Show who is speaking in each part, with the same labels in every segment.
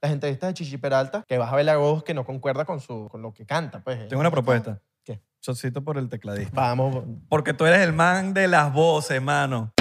Speaker 1: las entrevistas de Chichi Peralta, que vas a ver la voz que no concuerda con, su, con lo que canta. Pues,
Speaker 2: Tengo una propuesta.
Speaker 1: ¿Qué?
Speaker 2: Chocito por el tecladista.
Speaker 1: Vamos.
Speaker 2: Porque tú eres el man de las voces, mano.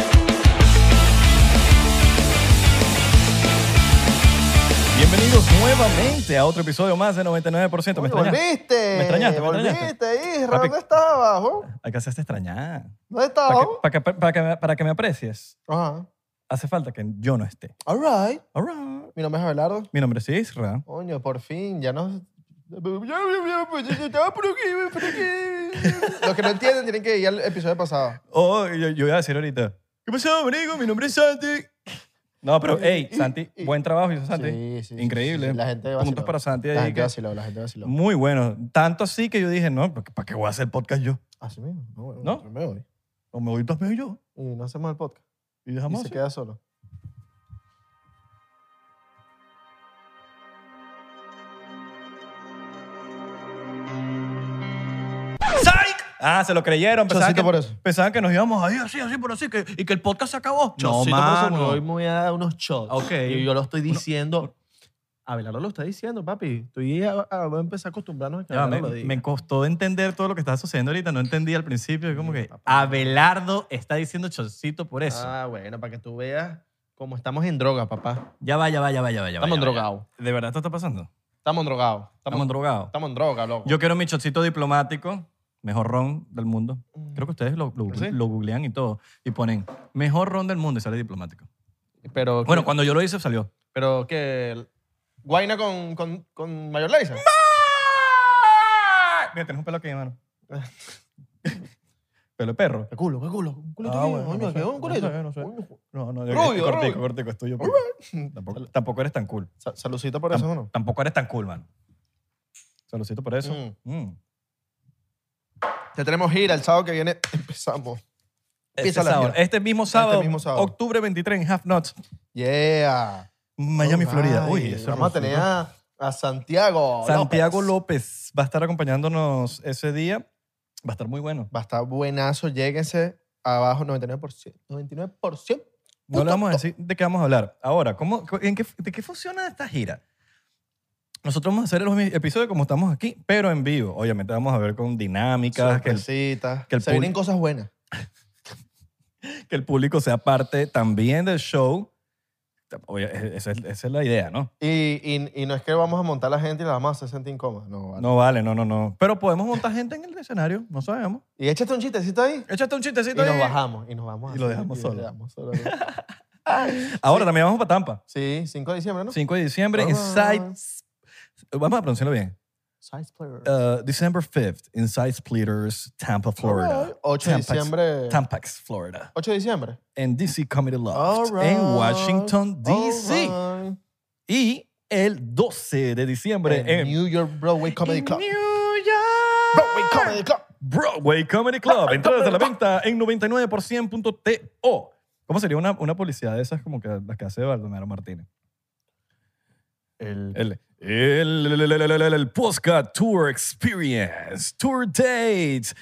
Speaker 2: Bienvenidos nuevamente a otro episodio más de 99%. ¿Me
Speaker 1: Uy,
Speaker 2: extrañaste?
Speaker 1: volviste.
Speaker 2: ¿Me extrañaste? ¿Me
Speaker 1: volviste, Isra.
Speaker 2: Papi.
Speaker 1: ¿Dónde estabas? jo?
Speaker 2: Hay que hacerte extrañar.
Speaker 1: ¿Dónde
Speaker 2: Para
Speaker 1: estabas?
Speaker 2: que,
Speaker 1: jo?
Speaker 2: para, que, para, que me, para que me aprecies,
Speaker 1: Ajá.
Speaker 2: hace falta que yo no esté.
Speaker 1: All right.
Speaker 2: All right.
Speaker 1: Mi nombre es Abelardo.
Speaker 2: Mi nombre es Isra.
Speaker 1: Coño, por fin, ya no. Estaba por aquí, por aquí. Los que no entienden tienen que ir al episodio pasado.
Speaker 2: Oh, yo, yo voy a decir ahorita. ¿Qué pasó, amigo? Mi nombre es Santi. No, pero, hey, Santi, buen trabajo, hizo Santi.
Speaker 1: Sí, sí, sí,
Speaker 2: Increíble.
Speaker 1: sí, sí. La gente vaciló.
Speaker 2: Puntos para Santi
Speaker 1: La
Speaker 2: ahí.
Speaker 1: gente
Speaker 2: que-
Speaker 1: vaciló, la gente vaciló.
Speaker 2: Muy bueno. Tanto así que yo dije, no, ¿para qué voy a hacer podcast yo?
Speaker 1: Así mismo. No, bueno,
Speaker 2: ¿No?
Speaker 1: yo me voy.
Speaker 2: O me voy también yo.
Speaker 1: Y no hacemos el podcast.
Speaker 2: Y
Speaker 1: Y
Speaker 2: dejamos
Speaker 1: se
Speaker 2: así.
Speaker 1: queda solo.
Speaker 2: ¡Psych! Ah, se lo creyeron. Pensaban que,
Speaker 1: Chocito por eso.
Speaker 2: pensaban que nos íbamos ahí así, así, por así, que, y que el podcast se acabó. Chocito por eso,
Speaker 1: porque
Speaker 2: no.
Speaker 1: hoy me voy a dar unos shots.
Speaker 2: Ok.
Speaker 1: Y yo lo estoy diciendo. Abelardo lo está diciendo, papi. Tú y a, a- voy a empezar a acostumbrarnos a que
Speaker 2: Ya, Ah, me,
Speaker 1: Abelardo lo diga.
Speaker 2: me costó entender todo lo que estaba sucediendo ahorita. No entendí al principio. es Como que Abelardo está diciendo chocito por eso.
Speaker 1: Ah, bueno, para que tú veas cómo estamos en droga, papá.
Speaker 2: Ya va, ya va, ya va, ya va. ya va,
Speaker 1: Estamos
Speaker 2: ya va, ya va.
Speaker 1: drogados.
Speaker 2: ¿De verdad esto está pasando?
Speaker 1: Estamos drogados.
Speaker 2: Estamos
Speaker 1: Estamos,
Speaker 2: drogados.
Speaker 1: estamos en droga, loco.
Speaker 2: Yo quiero mi chocito diplomático, mejor ron del mundo.
Speaker 1: Mm.
Speaker 2: Creo que ustedes lo, lo-
Speaker 1: ¿Sí?
Speaker 2: lo googlean y todo. Y ponen mejor ron del mundo y sale diplomático.
Speaker 1: Pero,
Speaker 2: Bueno, cuando yo lo hice salió.
Speaker 1: pero que. Guaina con, con, con mayonesa.
Speaker 2: ¡Ah! Mira, tenés un pelo aquí, hermano. pelo de perro.
Speaker 1: ¿Qué culo? ¿Qué culo? ¿Un culito?
Speaker 2: Ah,
Speaker 1: aquí,
Speaker 2: bueno,
Speaker 1: coño,
Speaker 2: no sé,
Speaker 1: ¿qué? ¿Un
Speaker 2: no
Speaker 1: culito?
Speaker 2: sé, no sé.
Speaker 1: Coño.
Speaker 2: No, no, yo
Speaker 1: Rubio,
Speaker 2: cortico,
Speaker 1: rubio.
Speaker 2: cortico, es tuyo. pues.
Speaker 1: All
Speaker 2: Tampoco, tampoco eres tan cool.
Speaker 1: Sa- Saludcita por eso, ¿no?
Speaker 2: Tampoco eres tan cool, mano. Saludcito por eso. Mm.
Speaker 1: Ya tenemos gira el sábado que viene. Empezamos.
Speaker 2: Este,
Speaker 1: Empieza la
Speaker 2: sábado,
Speaker 1: gira.
Speaker 2: este mismo sábado,
Speaker 1: mismo sábado.
Speaker 2: octubre 23 en Half Nuts,
Speaker 1: Yeah.
Speaker 2: Miami,
Speaker 1: All
Speaker 2: Florida.
Speaker 1: right.
Speaker 2: Uy, eso
Speaker 1: Oh, Vamos a
Speaker 2: resultó-
Speaker 1: tener a, a Santiago.
Speaker 2: Santiago López va a estar acompañándonos ese día. Va a estar muy bueno.
Speaker 1: Va a estar buenazo. Lléguense abajo 99%. 99%.
Speaker 2: No le vamos a decir de qué vamos a hablar. Ahora, ¿cómo, cu- en qué, ¿de qué funciona esta gira? Nosotros vamos a hacer los mi- episodios como estamos aquí, pero en vivo. Obviamente vamos a ver con dinámicas, que el,
Speaker 1: Sorpresitas.
Speaker 2: que el
Speaker 1: Se vienen
Speaker 2: público-
Speaker 1: cosas buenas.
Speaker 2: que el público sea parte también del show. Oye, e- Esa es, esa es la idea, ¿no?
Speaker 1: Y, y, y no es que vamos a montar a la gente y la vamos a hacer sentir incómoda. No, vale.
Speaker 2: No vale, no, no, no. Pero podemos montar gente en el escenario, no sabemos.
Speaker 1: Y échate un chistecito ahí.
Speaker 2: Échate un
Speaker 1: Y
Speaker 2: chistecito
Speaker 1: nos
Speaker 2: ahí.
Speaker 1: bajamos. Y nos vamos
Speaker 2: Y lo dejamos
Speaker 1: y
Speaker 2: solo.
Speaker 1: lo dejamos solo, ¿no?
Speaker 2: Ahora también vamos para Tampa.
Speaker 1: Sí, 5 de diciembre, ¿no?
Speaker 2: 5 de diciembre, en
Speaker 1: Alright.
Speaker 2: Sites. Vamos a pronunciarlo bien.
Speaker 1: Size player.
Speaker 2: Uh, December 5th, Inside Splitters, Tampa, Florida.
Speaker 1: 8 de
Speaker 2: Tampax.
Speaker 1: diciembre.
Speaker 2: Tampax, Florida.
Speaker 1: 8 de diciembre.
Speaker 2: En DC Comedy Loft.
Speaker 1: Alright.
Speaker 2: En Washington, D.C.
Speaker 1: Alright.
Speaker 2: Y el 12 de diciembre
Speaker 1: En
Speaker 2: en
Speaker 1: New York Broadway Comedy
Speaker 2: en
Speaker 1: Club.
Speaker 2: New York.
Speaker 1: Broadway Comedy Ah, Club.
Speaker 2: Broadway Comedy Club. Entradas a la venta en 99%.to. ¿Cómo sería una, una publicidad de esas como que las que hace Baldomero Martínez?
Speaker 1: El,
Speaker 2: El, el, el, el, el- el- el Postcard Tour Experience, Tour Dates.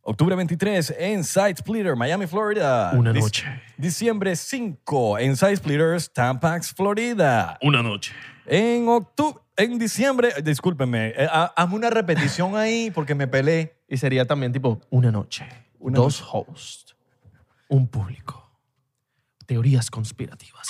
Speaker 2: Octubre 23 en Side Splitter, Miami, Florida.
Speaker 3: Una
Speaker 2: Dic-
Speaker 3: noche.
Speaker 2: Diciembre 5 en Side Splitters, Tampax, Florida.
Speaker 3: Una noche.
Speaker 2: En octubre, en diciembre, eh, discúlpenme, eh, ha- hazme una repetición ahí porque me peleé.
Speaker 1: y sería también tipo una noche,
Speaker 2: Una
Speaker 1: dos hosts, un público, teorías conspirativas.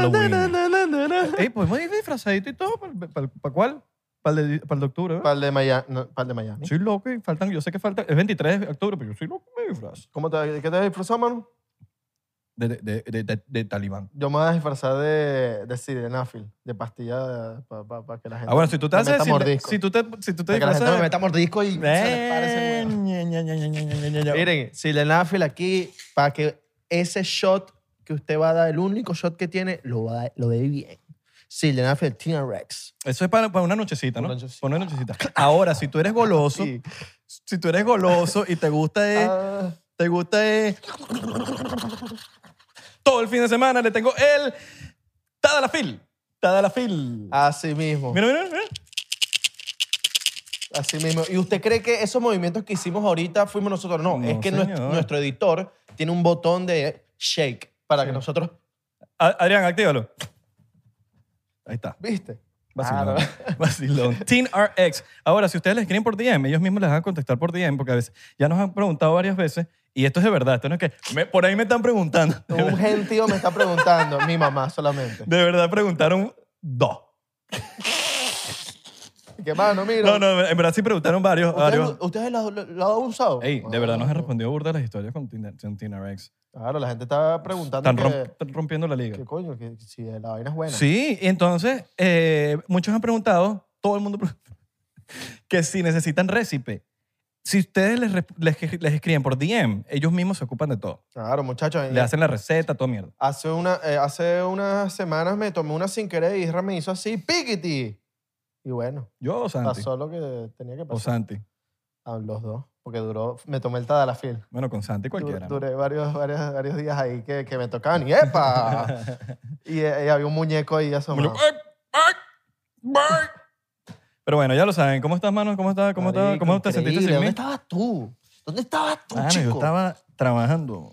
Speaker 2: Halloween. Ey, podemos ir disfrazadito y todo. ¿Para cuál? ¿Para el, de- pa'l de octubre? ¿verdad?
Speaker 1: Para el de Miami. para el de Miami.
Speaker 2: Soy loco y faltan, yo sé que falta, es 23 de octubre, pero yo soy loco y me disfrazo.
Speaker 1: ¿Cómo te, ¿De qué te vas a disfrazar, mano?
Speaker 2: De, de, de, de, de- de Talibán.
Speaker 1: Yo me voy a disfrazar de, de sildenafil, de pastilla para que la gente.
Speaker 2: Ah, bueno, si tú te
Speaker 1: me
Speaker 2: haces.
Speaker 1: meta
Speaker 2: Si te,
Speaker 1: mordisco.
Speaker 2: si tú te, si tú
Speaker 1: Para
Speaker 2: te
Speaker 1: que la gente me
Speaker 2: disfrazas.
Speaker 1: meta mordisco y se les pare ese
Speaker 2: Eh,
Speaker 1: huevo.
Speaker 2: ña, ña, ña, ña, ña, ña, ña, ña.
Speaker 1: Miren, sildenafil aquí para que ese shot que usted va a dar, el único shot que tiene, lo, va a- lo dé bien. Sildenafil T-Rex.
Speaker 2: Eso es para, para una nochecita, ¿no?
Speaker 1: Una nochecita.
Speaker 2: Para una nochecita. Ahora, si tú eres goloso,
Speaker 1: Sí.
Speaker 2: si tú eres goloso y te gusta es-
Speaker 1: Ah,
Speaker 2: te gusta es- todo el fin de semana le tengo el Tadalafil. Tadalafil.
Speaker 1: así mismo.
Speaker 2: Mira, mira, mira.
Speaker 1: Así mismo. ¿Y usted cree que esos movimientos que hicimos ahorita fuimos nosotros? No,
Speaker 2: No,
Speaker 1: es que nuestro,
Speaker 2: señor.
Speaker 1: nuestro editor tiene un botón de shake para que
Speaker 2: Sí.
Speaker 1: nosotros,
Speaker 2: A- Adrián, actívalo. Ahí está.
Speaker 1: ¿viste? Claro.
Speaker 2: Vacilón. Vacilón. Teen RX. Ahora, si ustedes les escriben por DM, ellos mismos les van a contestar por DM, porque a veces ya nos han preguntado varias veces, y esto es de verdad, esto no es que. me- por ahí me están preguntando. De,
Speaker 1: Un
Speaker 2: ver-
Speaker 1: gentío me está preguntando, mi mamá solamente.
Speaker 2: de verdad preguntaron dos.
Speaker 1: ¿Qué mano, mira?
Speaker 2: No, no, en verdad sí preguntaron varios.
Speaker 1: ¿Ustedes,
Speaker 2: varios.
Speaker 1: lo- ustedes lo, lo- lo han usado?
Speaker 2: Ey, de verdad nos
Speaker 1: Ah,
Speaker 2: han respondido burda las historias con Teen, con Teen RX.
Speaker 1: Claro, la gente está preguntando
Speaker 2: Están,
Speaker 1: que,
Speaker 2: romp- están rompiendo la liga.
Speaker 1: que coño, que si la vaina es buena.
Speaker 2: Sí, y entonces eh, muchos han preguntado, todo el mundo pregunta, que si necesitan récipe. Si ustedes les, re- les, les escriben por DM, ellos mismos se ocupan de todo.
Speaker 1: Claro, muchachos.
Speaker 2: Le hacen la receta, toda mierda.
Speaker 1: Hace, una, eh, hace unas semanas me tomé una sin querer y Isra me hizo así, piquiti. Y bueno,
Speaker 2: Yo o Santi.
Speaker 1: pasó lo que tenía que
Speaker 2: O
Speaker 1: pasar.
Speaker 2: Santi.
Speaker 1: A los dos, porque duró, me tomé el Tadalafil.
Speaker 2: Bueno, con Santi
Speaker 1: Du-
Speaker 2: cualquiera. ¿no?
Speaker 1: Duré varios, varios, varios días ahí que, que me tocaban y ¡epa! y, eh, y había un muñeco ahí asomado.
Speaker 2: Pero bueno, ya lo saben. ¿Cómo estás, mano? ¿Cómo estás? ¿Cómo, estás?
Speaker 1: Marico,
Speaker 2: ¿Cómo te sentiste
Speaker 1: increíble.
Speaker 2: sin
Speaker 1: ¿Dónde
Speaker 2: mí? Ah,
Speaker 1: estabas tú? ¿Dónde estabas tú,
Speaker 2: Mano,
Speaker 1: chico?
Speaker 2: yo estaba trabajando.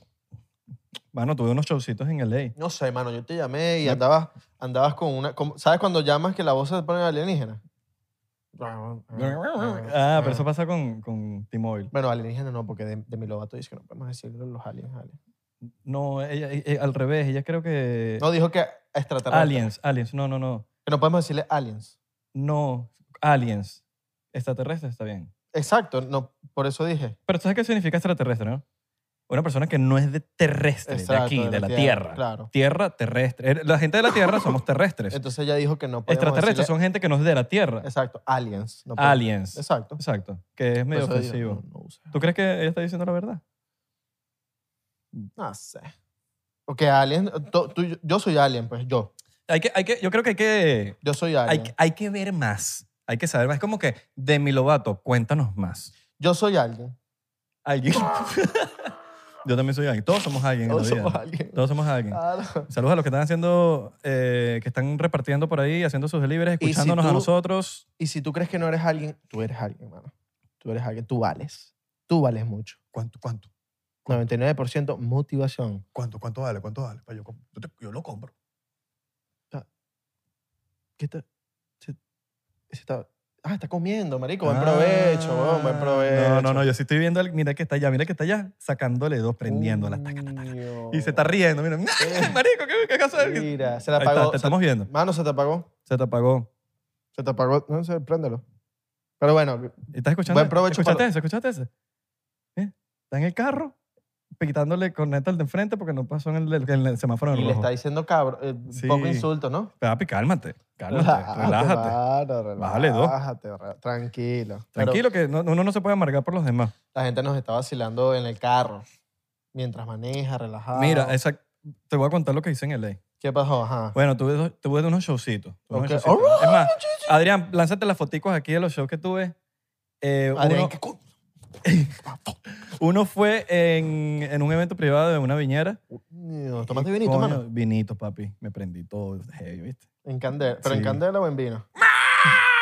Speaker 2: Mano, tuve unos showcitos en LA.
Speaker 1: No sé, mano, yo te llamé y
Speaker 2: Me-
Speaker 1: andabas, andabas con una... como- ¿Sabes cuando llamas que la voz se pone alienígena? Mm.
Speaker 2: Ah, pero eso pasa con, con T-Mobile.
Speaker 1: Bueno, alienígena no, porque de, de mi lobato dice que no podemos decirle los aliens, aliens.
Speaker 2: No, ella, ella- al revés, ella creo que...
Speaker 1: No, dijo que extraterrestres.
Speaker 2: aliens, aliens, no, no, no.
Speaker 1: Que no podemos decirle aliens.
Speaker 2: No, aliens. Extraterrestre está bien.
Speaker 1: Exacto, no, por eso dije.
Speaker 2: Pero ¿sabes qué significa extraterrestre, no? Una persona que no es de terrestre, Este, de
Speaker 1: Exacto,
Speaker 2: aquí, de, la Tierra.
Speaker 1: Claro.
Speaker 2: Tierra, terrestre. Eh, La gente de la Tierra somos terrestres.
Speaker 1: Entonces ella dijo que no podemos
Speaker 2: Extraterrestres
Speaker 1: decirle-
Speaker 2: son gente que no es de la Tierra.
Speaker 1: Exacto, aliens. no podemos-
Speaker 2: aliens.
Speaker 1: Exacto.
Speaker 2: Exacto. Que es medio
Speaker 1: Por eso digo,
Speaker 2: ofensivo.
Speaker 1: No, no usa.
Speaker 2: ¿Tú crees que ella está diciendo la verdad?
Speaker 1: No sé. Porque alien, tú- tú- yo soy alien, pues yo.
Speaker 2: Hay que, hay que, yo creo que hay que,
Speaker 1: Yo soy
Speaker 2: hay,
Speaker 1: alien.
Speaker 2: que- hay que ver más. Hay que saber más. Es como que, Demi Lovato, cuéntanos más.
Speaker 1: Yo soy alien.
Speaker 2: Alguien. Yo también soy alguien. Todos somos alguien. en la
Speaker 1: Todos
Speaker 2: vida,
Speaker 1: somos
Speaker 2: ¿no?
Speaker 1: alien.
Speaker 2: Todos somos alguien.
Speaker 1: Claro.
Speaker 2: Saludos a los que están haciendo, eh, que están repartiendo por ahí, haciendo sus deliveries,
Speaker 1: Y si
Speaker 2: escuchándonos a
Speaker 1: tú-
Speaker 2: nosotros.
Speaker 1: Y si tú crees que no eres alguien, tú eres alguien, mano. Tú eres alguien, tú vales. Tú vales mucho.
Speaker 3: ¿Cuánto, cuánto,
Speaker 1: 99% motivación.
Speaker 3: cuánto, cuánto vale? ¿Cuánto vale? Pa, Yo, comp- yo, te- yo lo compro.
Speaker 1: ¿Qué te- se- se está? Ah, está comiendo, marico. Buen provecho, weón, buen
Speaker 2: Ah,
Speaker 1: provecho.
Speaker 2: No, no, no, yo sí estoy viendo, al- mira que está allá, mira que está allá, sacándole dos, prendiéndola. taca, taca, taca.
Speaker 1: Coño. Eh,
Speaker 2: Y se está riendo, mira, ¡ay, marico, qué, qué caso es!
Speaker 1: Mira, se la
Speaker 2: Ahí está,
Speaker 1: apagó. se-
Speaker 2: te estamos viendo.
Speaker 1: Mano, se te apagó.
Speaker 2: Se te apagó.
Speaker 1: Se te apagó. No sé, préndelo. Pero bueno,
Speaker 2: ¿Estás escuchando?
Speaker 1: Buen provecho
Speaker 2: ¿Escuchaste
Speaker 1: para-
Speaker 2: eso? ¿Escuchaste eso? ¿Eh? Está en el carro, quitándole corneta al de enfrente porque no pasó en el, en el semáforo en
Speaker 1: y
Speaker 2: rojo.
Speaker 1: le está diciendo cabro. eh, un
Speaker 2: Sí.
Speaker 1: Poco insulto, ¿no?
Speaker 2: Papi, cálmate,
Speaker 1: Ah,
Speaker 2: cálmate, Ah, relájate.
Speaker 1: mano, relájate.
Speaker 2: Bájale dos.
Speaker 1: re- tranquilo. Pero
Speaker 2: Tranquilo, que no- uno no se puede amargar por los demás.
Speaker 1: la gente nos está vacilando en el carro. Mientras maneja, relajado.
Speaker 2: Mira, esa- te voy a contar lo que hice en LA.
Speaker 1: ¿Qué pasó? Ajá.
Speaker 2: Bueno, tuve, dos- tuve unos showcitos. tuve unos
Speaker 1: Ok. Oh,
Speaker 2: showcitos.
Speaker 1: Alright,
Speaker 2: Es más, Adrián, lánzate las foticos aquí de los shows que tuve. Eh,
Speaker 1: Adrián,
Speaker 2: uno,
Speaker 1: ¿qué co-
Speaker 2: uno fue en, en un evento privado de una viñera.
Speaker 1: Coño, ¿Tomaste vinito,
Speaker 2: Coño,
Speaker 1: mano?
Speaker 2: Vinito, papi. Me prendí todo. heavy, ¿viste?
Speaker 1: En candela. ¿Pero
Speaker 2: Sí. ¡Ah!
Speaker 1: en candela o en vino?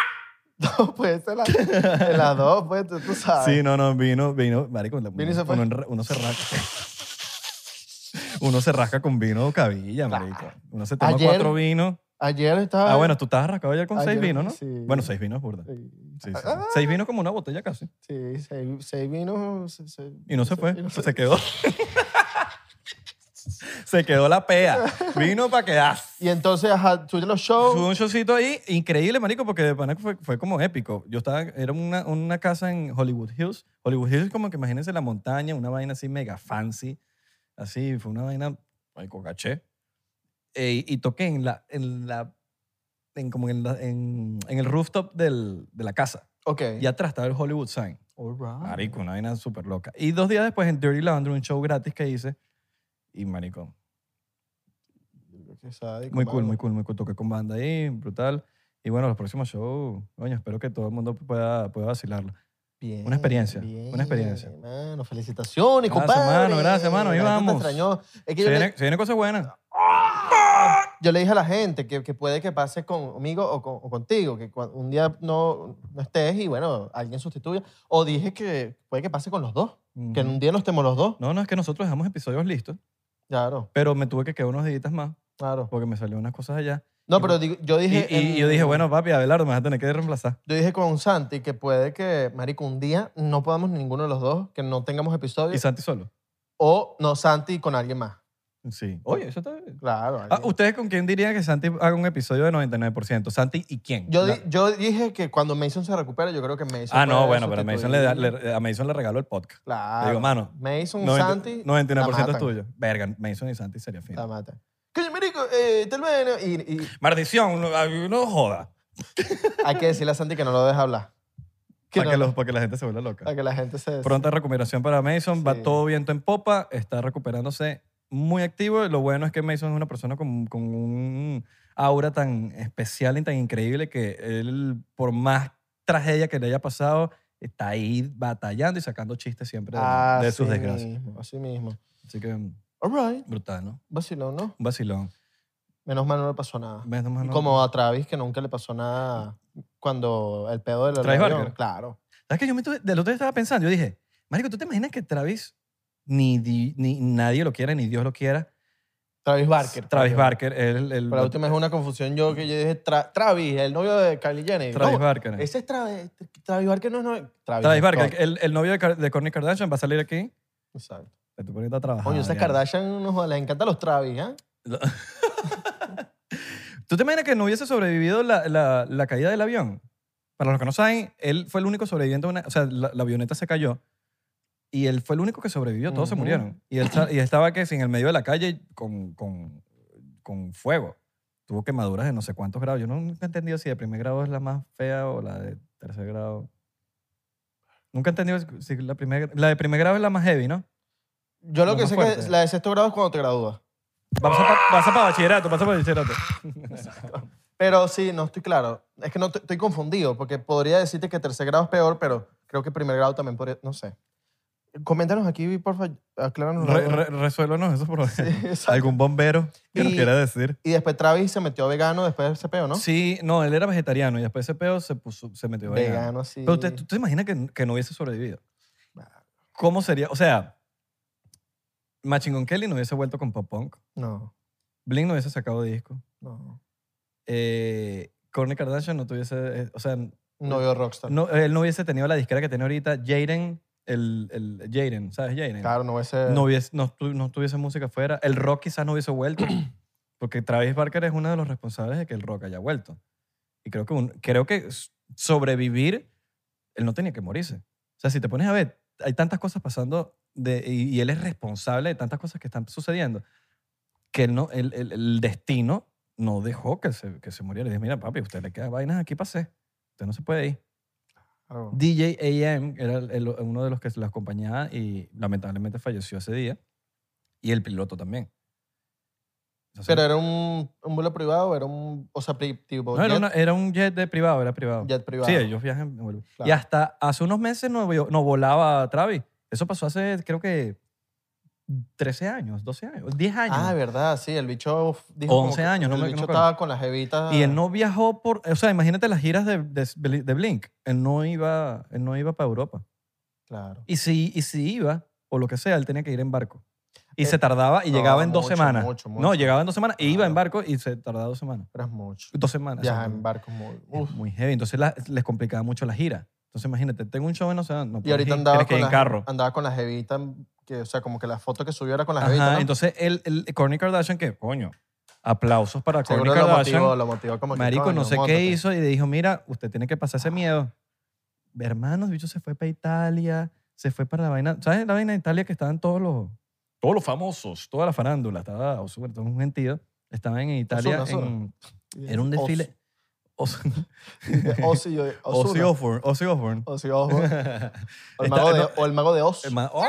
Speaker 1: No, pues en, la- en las dos, pues tú, tú sabes.
Speaker 2: Sí, no, no, vino, vino, marico, la-
Speaker 1: Vino y se fue.
Speaker 2: uno, enra- uno se rasca. uno se rasca con vino cabilla, marico. Uno se toma
Speaker 1: Ayer-
Speaker 2: cuatro vinos.
Speaker 1: Ayer estaba.
Speaker 2: Ah, bueno, tú estabas rascado ayer con seis
Speaker 1: ayer,
Speaker 2: vinos, ¿no?
Speaker 1: sí.
Speaker 2: Bueno, seis vinos, burda. Sí,
Speaker 1: Sí,
Speaker 2: sí.
Speaker 1: Ah.
Speaker 2: Seis vinos como una botella casi.
Speaker 1: sí, seis, seis vinos. se- se-
Speaker 2: Y no se fue,
Speaker 1: y no
Speaker 2: se, quedó. se quedó la pea. Vino para quedar.
Speaker 1: Y entonces, ajá, tuviste los
Speaker 2: Fue
Speaker 1: shows.
Speaker 2: un showcito ahí increíble, marico, porque de pana fue, fue como épico. Yo estaba, era una, una casa en Hollywood Hills. Hollywood Hills es como que imagínense la montaña, una vaina así mega fancy. Así, fue una vaina, marico, caché. Eh, y toqué en la, en la, en como en, la- en, en el rooftop del- de la casa.
Speaker 1: Ok.
Speaker 2: Y atrás estaba el Hollywood Sign.
Speaker 1: All right.
Speaker 2: Marico, una vaina súper loca. Y dos días después en Dirty Laundry, un show gratis que hice. Y marico,
Speaker 1: Qué sádico,
Speaker 2: muy cool,
Speaker 1: mano.
Speaker 2: muy cool, muy cool. Toqué con banda ahí, brutal. Y bueno, los próximos shows, coño, espero que todo el mundo pueda, pueda vacilarlo.
Speaker 1: Bien,
Speaker 2: Una experiencia, una
Speaker 1: bien,
Speaker 2: experiencia.
Speaker 1: Hermano, felicitaciones,
Speaker 2: Gracias,
Speaker 1: compadre.
Speaker 2: mano, gracias, mano, ahí
Speaker 1: La gente te
Speaker 2: vamos.
Speaker 1: extrañó. Es que
Speaker 2: Se
Speaker 1: yo le-
Speaker 2: viene, se viene cosas buenas.
Speaker 1: yo le dije a la gente que, que puede que pase conmigo o, con- o contigo, que cua- un día no, no estés y bueno, alguien sustituya. O dije que puede que pase con los dos, que en
Speaker 2: Ujú.
Speaker 1: un día no estemos los dos.
Speaker 2: No, no, es que nosotros dejamos episodios listos,
Speaker 1: Claro,
Speaker 2: pero me tuve que quedar unos días más
Speaker 1: claro.
Speaker 2: porque me salieron unas cosas allá.
Speaker 1: No,
Speaker 2: Y-
Speaker 1: pero digo- yo
Speaker 2: Y,
Speaker 1: dije...
Speaker 2: y- y yo
Speaker 1: en-
Speaker 2: dije, bueno, papi, Abelardo, me vas a tener que reemplazar.
Speaker 1: Yo dije con Santi que puede que, marico, un día no podamos ninguno de los dos, que no tengamos
Speaker 2: Y
Speaker 1: episodios.
Speaker 2: Santi solo.
Speaker 1: o no, Santi con alguien más.
Speaker 2: Sí. Oye, eso está bien.
Speaker 1: Claro.
Speaker 2: Ah,
Speaker 1: alguien.
Speaker 2: ¿Ustedes con quién dirían que Santi haga un episodio de 99%? ¿Santi y quién?
Speaker 1: yo,
Speaker 2: La-
Speaker 1: di- yo dije que cuando Mason se recupere, yo creo que Mason.
Speaker 2: Ah,
Speaker 1: puede
Speaker 2: no, bueno, pero a Mason, le, da-
Speaker 1: sustituir.
Speaker 2: le- a Mason le regaló el podcast.
Speaker 1: Claro.
Speaker 2: Le digo, mano,
Speaker 1: Mason,
Speaker 2: 90
Speaker 1: Santi.
Speaker 2: 99%
Speaker 1: la
Speaker 2: es
Speaker 1: matan.
Speaker 2: tuyo. Verga, Mason y Santi sería fino.
Speaker 1: La mata. Coño, marico, eh, te lo ven, y, y
Speaker 2: Maldición, no, ay, no joda.
Speaker 1: hay que decirle a Santi que no lo deja hablar. Que
Speaker 2: Para que,
Speaker 1: no-
Speaker 2: los- para que la gente se vuelva loca.
Speaker 1: para que la gente se...
Speaker 2: Pronta recuperación para Mason,
Speaker 1: Sí.
Speaker 2: va todo viento en popa, está recuperándose muy activo. Lo bueno es que Mason es una persona con, con un aura tan especial y tan increíble que él, por más tragedia que le haya pasado, está ahí batallando y sacando chistes siempre de, de sus
Speaker 1: Así
Speaker 2: desgracias.
Speaker 1: Ah, mismo, así mismo.
Speaker 2: Así que
Speaker 1: All right.
Speaker 2: brutal, ¿no?
Speaker 1: Vacilón, ¿no?
Speaker 2: Un vacilón.
Speaker 1: Menos mal no le pasó nada.
Speaker 2: ¿Ves nomás, no?
Speaker 1: Como a Travis, que nunca le pasó nada cuando el pedo del
Speaker 2: Travis
Speaker 1: avión.
Speaker 2: Barker.
Speaker 1: Claro.
Speaker 2: ¿Sabes que yo me tuve- del otro día estaba pensando? Yo dije, Marico, ¿tú te imaginas que Travis ni, di- ni nadie lo quiera, ni Dios lo quiera?
Speaker 1: Travis Barker.
Speaker 2: Travis
Speaker 1: coño.
Speaker 2: Barker, el, el,
Speaker 1: Pero la última es una confusión yo que yo dije Tra- Travis, el novio de Kylie Jenner.
Speaker 2: Travis
Speaker 1: No,
Speaker 2: Barker.
Speaker 1: Ese es Travis. Travis Barker no es novio. Travis,
Speaker 2: Travis
Speaker 1: Scott.
Speaker 2: Barker, el, el novio de, Kar- de Kourtney Kardashian va a salir aquí.
Speaker 1: Exacto.
Speaker 2: Te estoy poniendo a trabajar.
Speaker 1: Coño, esas
Speaker 2: Adrián.
Speaker 1: Kardashian, no jodas, les encantan los Travis, ¿eh?
Speaker 2: ¿Tú te imaginas que no hubiese sobrevivido la, la- la caída del avión? Para los que no saben, él fue el único sobreviviente. de una- o sea, la, la avioneta se cayó y él fue el único que sobrevivió. Todos se
Speaker 1: Ujú.
Speaker 2: murieron. Y él, sa- y estaba que en el medio de la calle con, con, con fuego. Tuvo quemaduras de no sé cuántos grados. Yo no- nunca he entendido si de primer grado es la más fea o la de tercer grado. Nunca he entendido si la, primer, la de primer grado es la más heavy, ¿no?
Speaker 1: Yo lo,
Speaker 2: Lo
Speaker 1: que
Speaker 2: más
Speaker 1: sé que
Speaker 2: fuerte.
Speaker 1: la de sexto grado es cuando te gradúas.
Speaker 2: Pasa para bachillerato, pasa para bachillerato.
Speaker 1: Pero sí, no estoy claro. Es que no te- estoy confundido, porque podría decirte que tercer grado es peor, pero creo que primer grado también podría. No sé. Coméntanos aquí, porfa, acláranos. la
Speaker 2: Re-
Speaker 1: duda.
Speaker 2: re- resuélvanos esos problemas.
Speaker 1: Sí, exacto.
Speaker 2: ¿Algún bombero que nos
Speaker 1: Y-
Speaker 2: quiera decir?
Speaker 1: Y después Travis se metió vegano después de ese peo, ¿no?
Speaker 2: Sí, no, él era vegetariano y después ese peo se, puso, se metió
Speaker 1: Vegano,
Speaker 2: vegano.
Speaker 1: así.
Speaker 2: Pero usted, ¿tú te imaginas que, que no hubiese sobrevivido?
Speaker 1: Nah.
Speaker 2: ¿Cómo sería? O sea, Machingón Kelly no hubiese vuelto con Pop Punk.
Speaker 1: No,
Speaker 2: Blink no hubiese sacado disco.
Speaker 1: no.
Speaker 2: Eh, Kourtney Kardashian no tuviese... eh, o sea,
Speaker 1: No veo rockstar.
Speaker 2: no, él no hubiese tenido la disquera que tiene ahorita. Jaden, el, el Jaden, ¿sabes Jaden?
Speaker 1: Claro, no ese.
Speaker 2: no, hubiese, no, tu- no tuviese música afuera, el rock quizás no hubiese vuelto, porque Travis Barker es uno de los responsables de que el rock haya vuelto. Y creo que, un- creo que s- sobrevivir, él no tenía que morirse. O sea, si te pones a ver, hay tantas cosas pasando de, y, y él es responsable de tantas cosas que están sucediendo, que él no, el, el- el destino no dejó que se, que se muriera. Le dije, mira, papi, usted le queda vainas aquí pasé. Usted no se puede ir.
Speaker 1: Claro.
Speaker 2: DJ AM era el- el- uno de los que la acompañaba y lamentablemente falleció ese día. Y el piloto también. Entonces,
Speaker 1: Pero era un, un vuelo privado, era un. O sea, pri- tipo.
Speaker 2: no, era,
Speaker 1: jet,
Speaker 2: una- era un jet de privado, era privado.
Speaker 1: jet privado.
Speaker 2: Sí, ellos viajan. vuelven.
Speaker 1: Claro.
Speaker 2: Y hasta hace unos meses no, vio- no volaba Travis. Eso pasó hace, creo que, 13 años, 12 años, 10 años.
Speaker 1: Ah, verdad, sí. El bicho f- dijo. como
Speaker 2: 11
Speaker 1: que
Speaker 2: años, no
Speaker 1: El
Speaker 2: me- no
Speaker 1: bicho
Speaker 2: me acuerdo.
Speaker 1: estaba con las jevitas.
Speaker 2: y él no viajó por... O sea, imagínate las giras de, de- de Blink. Él no iba, él no iba para Europa.
Speaker 1: Claro.
Speaker 2: Y si, y si iba, o lo que sea, él tenía que ir en barco. Y
Speaker 1: Eh,
Speaker 2: se tardaba y
Speaker 1: no,
Speaker 2: llegaba en dos
Speaker 1: mucho,
Speaker 2: semanas.
Speaker 1: mucho,
Speaker 2: No,
Speaker 1: mucho.
Speaker 2: llegaba en dos semanas y iba
Speaker 1: Claro.
Speaker 2: en barco y se tardaba dos semanas.
Speaker 1: Eras mucho.
Speaker 2: Dos semanas.
Speaker 1: Viajar
Speaker 2: o sea,
Speaker 1: en barco muy. Uf.
Speaker 2: es Muy heavy. Entonces la- les complicaba mucho la gira. Entonces imagínate, tengo un show en no sé dónde, no
Speaker 1: Y
Speaker 2: puedes ir,
Speaker 1: ahorita andaba
Speaker 2: tienes que
Speaker 1: con,
Speaker 2: ir
Speaker 1: las,
Speaker 2: en carro.
Speaker 1: andaba con las jevitas. Que, o sea, como que la foto que subió era con las
Speaker 2: Ajá,
Speaker 1: jevitas. ¿no?
Speaker 2: Entonces el, el Kourtney Kardashian, que coño, aplausos para Kourtney
Speaker 1: Seguro lo motivó,
Speaker 2: Kardashian.
Speaker 1: lo motivó como que,
Speaker 2: Marico,
Speaker 1: coño,
Speaker 2: no sé
Speaker 1: móntate.
Speaker 2: qué hizo y le dijo, mira, usted tiene que pasar ese miedo. Hermanos, bicho se fue para Italia, se fue para la vaina. ¿Sabes la vaina de Italia que estaban todos los, todos los famosos, toda la farándula? Estaba Osuna, todo un gentío. Estaban en Italia.
Speaker 1: Ozuna.
Speaker 2: en- era un desfile. Ozuna.
Speaker 1: Ozzy, yo-
Speaker 2: Ozzy
Speaker 1: Ozuna.
Speaker 2: Osbourne. Ozzy Osbourne.
Speaker 1: Ozzy Osbourne. O el
Speaker 2: Está-
Speaker 1: mago de,
Speaker 2: no,
Speaker 1: o el mago de Oz.
Speaker 2: el ma- ¡Oh!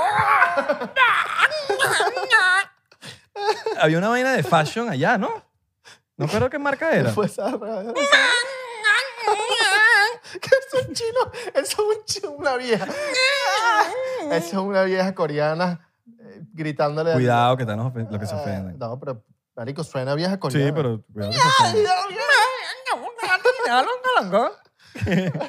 Speaker 2: Había una vaina de fashion allá, ¿no? No creo qué marca era.
Speaker 1: Fue esa- ¿Qué es un chino? Eso es un chino, una vieja. Eso es una vieja coreana eh, gritándole.
Speaker 2: Cuidado que están los, ofen- los que se
Speaker 1: Ah,
Speaker 2: ofenden.
Speaker 1: No, pero Marico, suena vieja con
Speaker 2: Sí, pero cuidado que se suena.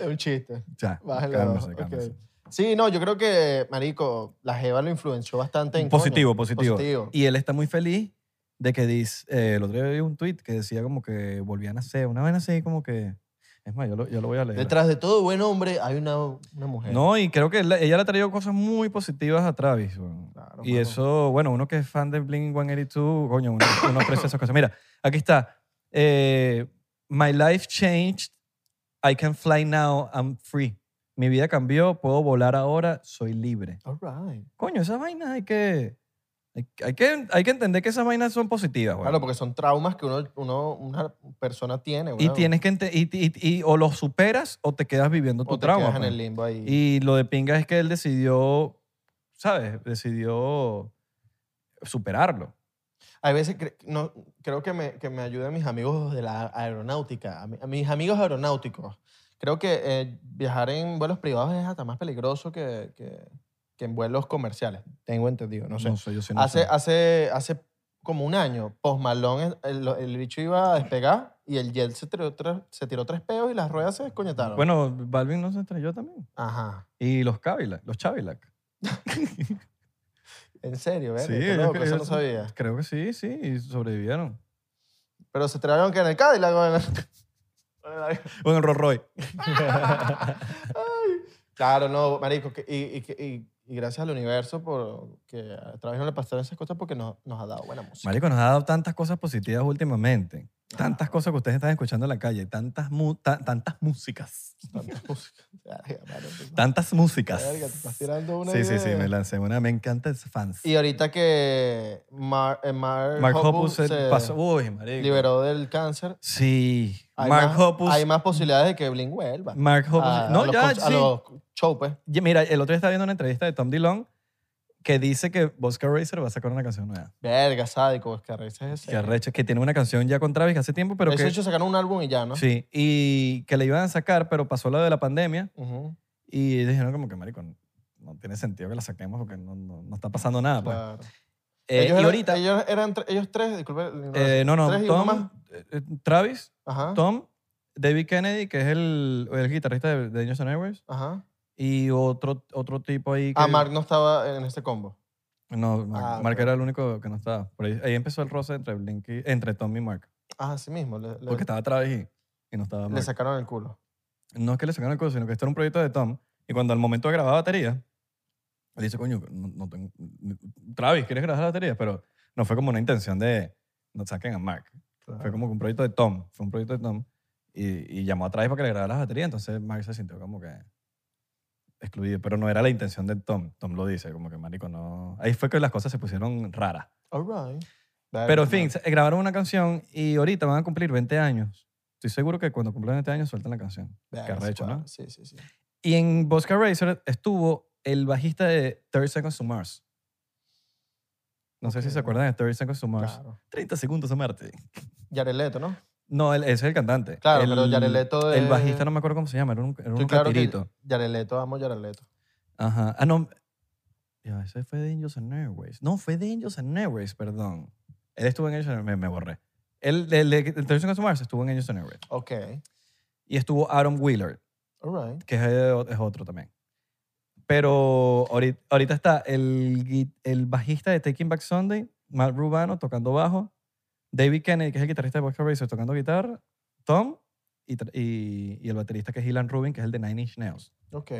Speaker 1: Es un chiste.
Speaker 2: Ya,
Speaker 1: Bájale
Speaker 2: cálmese,
Speaker 1: dos,
Speaker 2: cálmese.
Speaker 1: ok. Sí, no, yo creo que, marico, la jeva lo influenció bastante en
Speaker 2: Positivo,
Speaker 1: coño,
Speaker 2: positivo, Y él está muy feliz de que dice, eh, el otro día vi un tweet que decía como que volvían a nacer, una vez así como que, es más, yo lo, yo lo voy a leer.
Speaker 1: Detrás de todo buen hombre hay una, una mujer.
Speaker 2: No, y creo que él- ella le ha traído cosas muy positivas a Travis. weón.
Speaker 1: Claro,
Speaker 2: y
Speaker 1: mano.
Speaker 2: eso, bueno, uno que es fan de Blink 182, coño, uno, uno aprecia esas cosas. Mira, aquí está. eh, My life changed. I can fly now. I'm free. Mi vida cambió. Puedo volar ahora. Soy libre.
Speaker 1: All right.
Speaker 2: Coño, esas vainas hay que. Hay, hay que, hay que entender que esas vainas son positivas. weón.
Speaker 1: Claro, porque son traumas que uno, uno una persona tiene.
Speaker 2: y
Speaker 1: weón.
Speaker 2: tienes que. ente- Y, y- y- o los superas o te quedas viviendo tu
Speaker 1: o te
Speaker 2: trauma.
Speaker 1: quedas en
Speaker 2: pues.
Speaker 1: el limbo ahí.
Speaker 2: Y lo de pinga es que él decidió, ¿sabes? Decidió superarlo.
Speaker 1: Hay veces, cre- no, creo que me, que me ayudan mis amigos de la aeronáutica, a, mi- a mis amigos aeronáuticos. Creo que eh, viajar en vuelos privados es hasta más peligroso que, que- que en vuelos comerciales. Tengo entendido, no sé.
Speaker 2: yo sí no
Speaker 1: hace,
Speaker 2: sé.
Speaker 1: hace, hace como un año, Post Malone, eh, el, el bicho iba a despegar y el jet se tiró, tres- se tiró tres peos y las ruedas se desconectaron.
Speaker 2: Bueno, Balvin no se estrelló también.
Speaker 1: Ajá.
Speaker 2: Y los Cavilac, los Chavilac.
Speaker 1: En serio, ¿verdad?
Speaker 2: Sí,
Speaker 1: Qué
Speaker 2: yo
Speaker 1: loco,
Speaker 2: creo-
Speaker 1: eso no
Speaker 2: yo-
Speaker 1: sabía.
Speaker 2: Creo que sí, sí, y sobrevivieron.
Speaker 1: Pero se tiraron que en el Cadillac. o en el- o en el avión.
Speaker 2: Bueno, el Rolls Royce.
Speaker 1: Ay. Claro, no, marico. que- y, y que- y- y gracias al universo por que a través no le pasaron esas cosas porque nos, nos ha dado buena música.
Speaker 2: Marico, nos ha dado tantas cosas positivas últimamente. Tantas cosas que ustedes están escuchando en la calle. Tantas, mu- ta- tantas músicas.
Speaker 1: Tanta música. Verga, mano, tú-
Speaker 2: Tantas músicas.
Speaker 1: verga, te estás tirando una
Speaker 2: Sí, sí,
Speaker 1: idea.
Speaker 2: sí, me lancé una. Me encanta ese fans.
Speaker 1: Y ahorita que Mar- eh, Mark,
Speaker 2: Mark
Speaker 1: Hoppus
Speaker 2: Hoppus se
Speaker 1: se
Speaker 2: pasó. Uy, marico.
Speaker 1: liberó del cáncer,
Speaker 2: Sí.
Speaker 1: hay,
Speaker 2: Mark
Speaker 1: más,
Speaker 2: Hoppus.
Speaker 1: hay más posibilidades de que Blink vuelva.
Speaker 2: Mark Hoppus.
Speaker 1: a, a
Speaker 2: no,
Speaker 1: los
Speaker 2: ya,
Speaker 1: cons- a
Speaker 2: sí.
Speaker 1: los shows, pues.
Speaker 2: Ya, Mira, el otro día estaba viendo una entrevista de Tom DeLonge que dice que Bosca Racer va a sacar una canción nueva.
Speaker 1: Verga, sádico, es que arrecha es ese.
Speaker 2: Que arrecho, que tiene una canción ya con Travis que hace tiempo, pero
Speaker 1: De
Speaker 2: que...
Speaker 1: hecho, sacaron un álbum y ya, ¿no?
Speaker 2: Sí, y que le iban a sacar, pero pasó lo de la pandemia
Speaker 1: Ujú,
Speaker 2: y dijeron como que, marico, no tiene sentido que la saquemos porque no, no- no está pasando nada. pues".
Speaker 1: claro.
Speaker 2: Eh,
Speaker 1: ellos
Speaker 2: y
Speaker 1: eran-
Speaker 2: ahorita...
Speaker 1: Ellos eran tre- ellos tres, disculpe. la ignorancia.
Speaker 2: eh, no, no,
Speaker 1: tres y uno
Speaker 2: Tom,
Speaker 1: más.
Speaker 2: eh, eh, Travis,
Speaker 1: Ajá.
Speaker 2: Tom, David Kennedy, que es el, el guitarrista de, de Johnson Airways,
Speaker 1: Ajá.
Speaker 2: y otro, otro tipo ahí que...
Speaker 1: Ah, Mark no estaba en este combo.
Speaker 2: No, Mark,
Speaker 1: Ah,
Speaker 2: Mark
Speaker 1: ok.
Speaker 2: era el único que no estaba. Por ahí, ahí empezó el roce entre, Blink y- entre Tom y Mark.
Speaker 1: Ah, sí mismo. Le, le-
Speaker 2: Porque estaba Travis y, y no estaba
Speaker 1: le
Speaker 2: Mark.
Speaker 1: sacaron el culo.
Speaker 2: No es que le sacaron el coche, sino que esto era un proyecto de Tom. Y cuando al momento de grabar batería, él dice, coño, no, no tengo... Travis, ¿quieres grabar la batería? Pero no fue como una intención de no saquen a Mark. Fue como que un proyecto de Tom. Fue un proyecto de Tom. Y, y llamó a Travis para que le grabara la batería. Entonces Mark se sintió como que excluido. Pero no era la intención de Tom. Tom lo dice, como que marico, no... Ahí fue que las cosas se pusieron raras.
Speaker 1: All right. Verga,
Speaker 2: Pero en fin,
Speaker 1: Mark.
Speaker 2: se- grabaron una canción y ahorita van a cumplir 20 años. Estoy seguro que cuando cumplan 20 años sueltan la canción.
Speaker 1: Verga,
Speaker 2: que arrecho,
Speaker 1: squad.
Speaker 2: ¿no?
Speaker 1: Sí, sí, sí.
Speaker 2: Y en Bosca Racer estuvo el bajista de 30 Seconds to Mars. No sé si
Speaker 1: Ok.
Speaker 2: se acuerdan de 30 Seconds to Mars.
Speaker 1: Claro.
Speaker 2: 30 segundos a Marte.
Speaker 1: Jared Leto, ¿no?
Speaker 2: No, él, ese es el cantante.
Speaker 1: Claro,
Speaker 2: el,
Speaker 1: pero Jared Leto
Speaker 2: El
Speaker 1: es-
Speaker 2: bajista, no me acuerdo cómo se llama, era un, era
Speaker 1: Estoy
Speaker 2: un
Speaker 1: claro que
Speaker 2: catirito.
Speaker 1: Jared Leto, amo Jared Leto.
Speaker 2: Ajá. Ah, no. Ya, ese fue de Angels and Airways. No, fue de Angels and Airways, perdón. Él estuvo en Angels and Airways, me, me borré. Él, el, de- el, 30 Seconds to Mars estuvo en Angels and Airways.
Speaker 1: Ok.
Speaker 2: Y estuvo Aaron Wheeler.
Speaker 1: All right.
Speaker 2: que es, eh, es otro también. Pero ahorit- ahorita, está el, gui- el bajista de Taking Back Sunday, Matt Rubano tocando bajo, David Kennedy, que es el guitarrista de Boxcar Racer, tocando guitarra, Tom y, tra- y- y el baterista que es Ilan Rubin, que es el de Nine Inch Nails.
Speaker 1: Ok.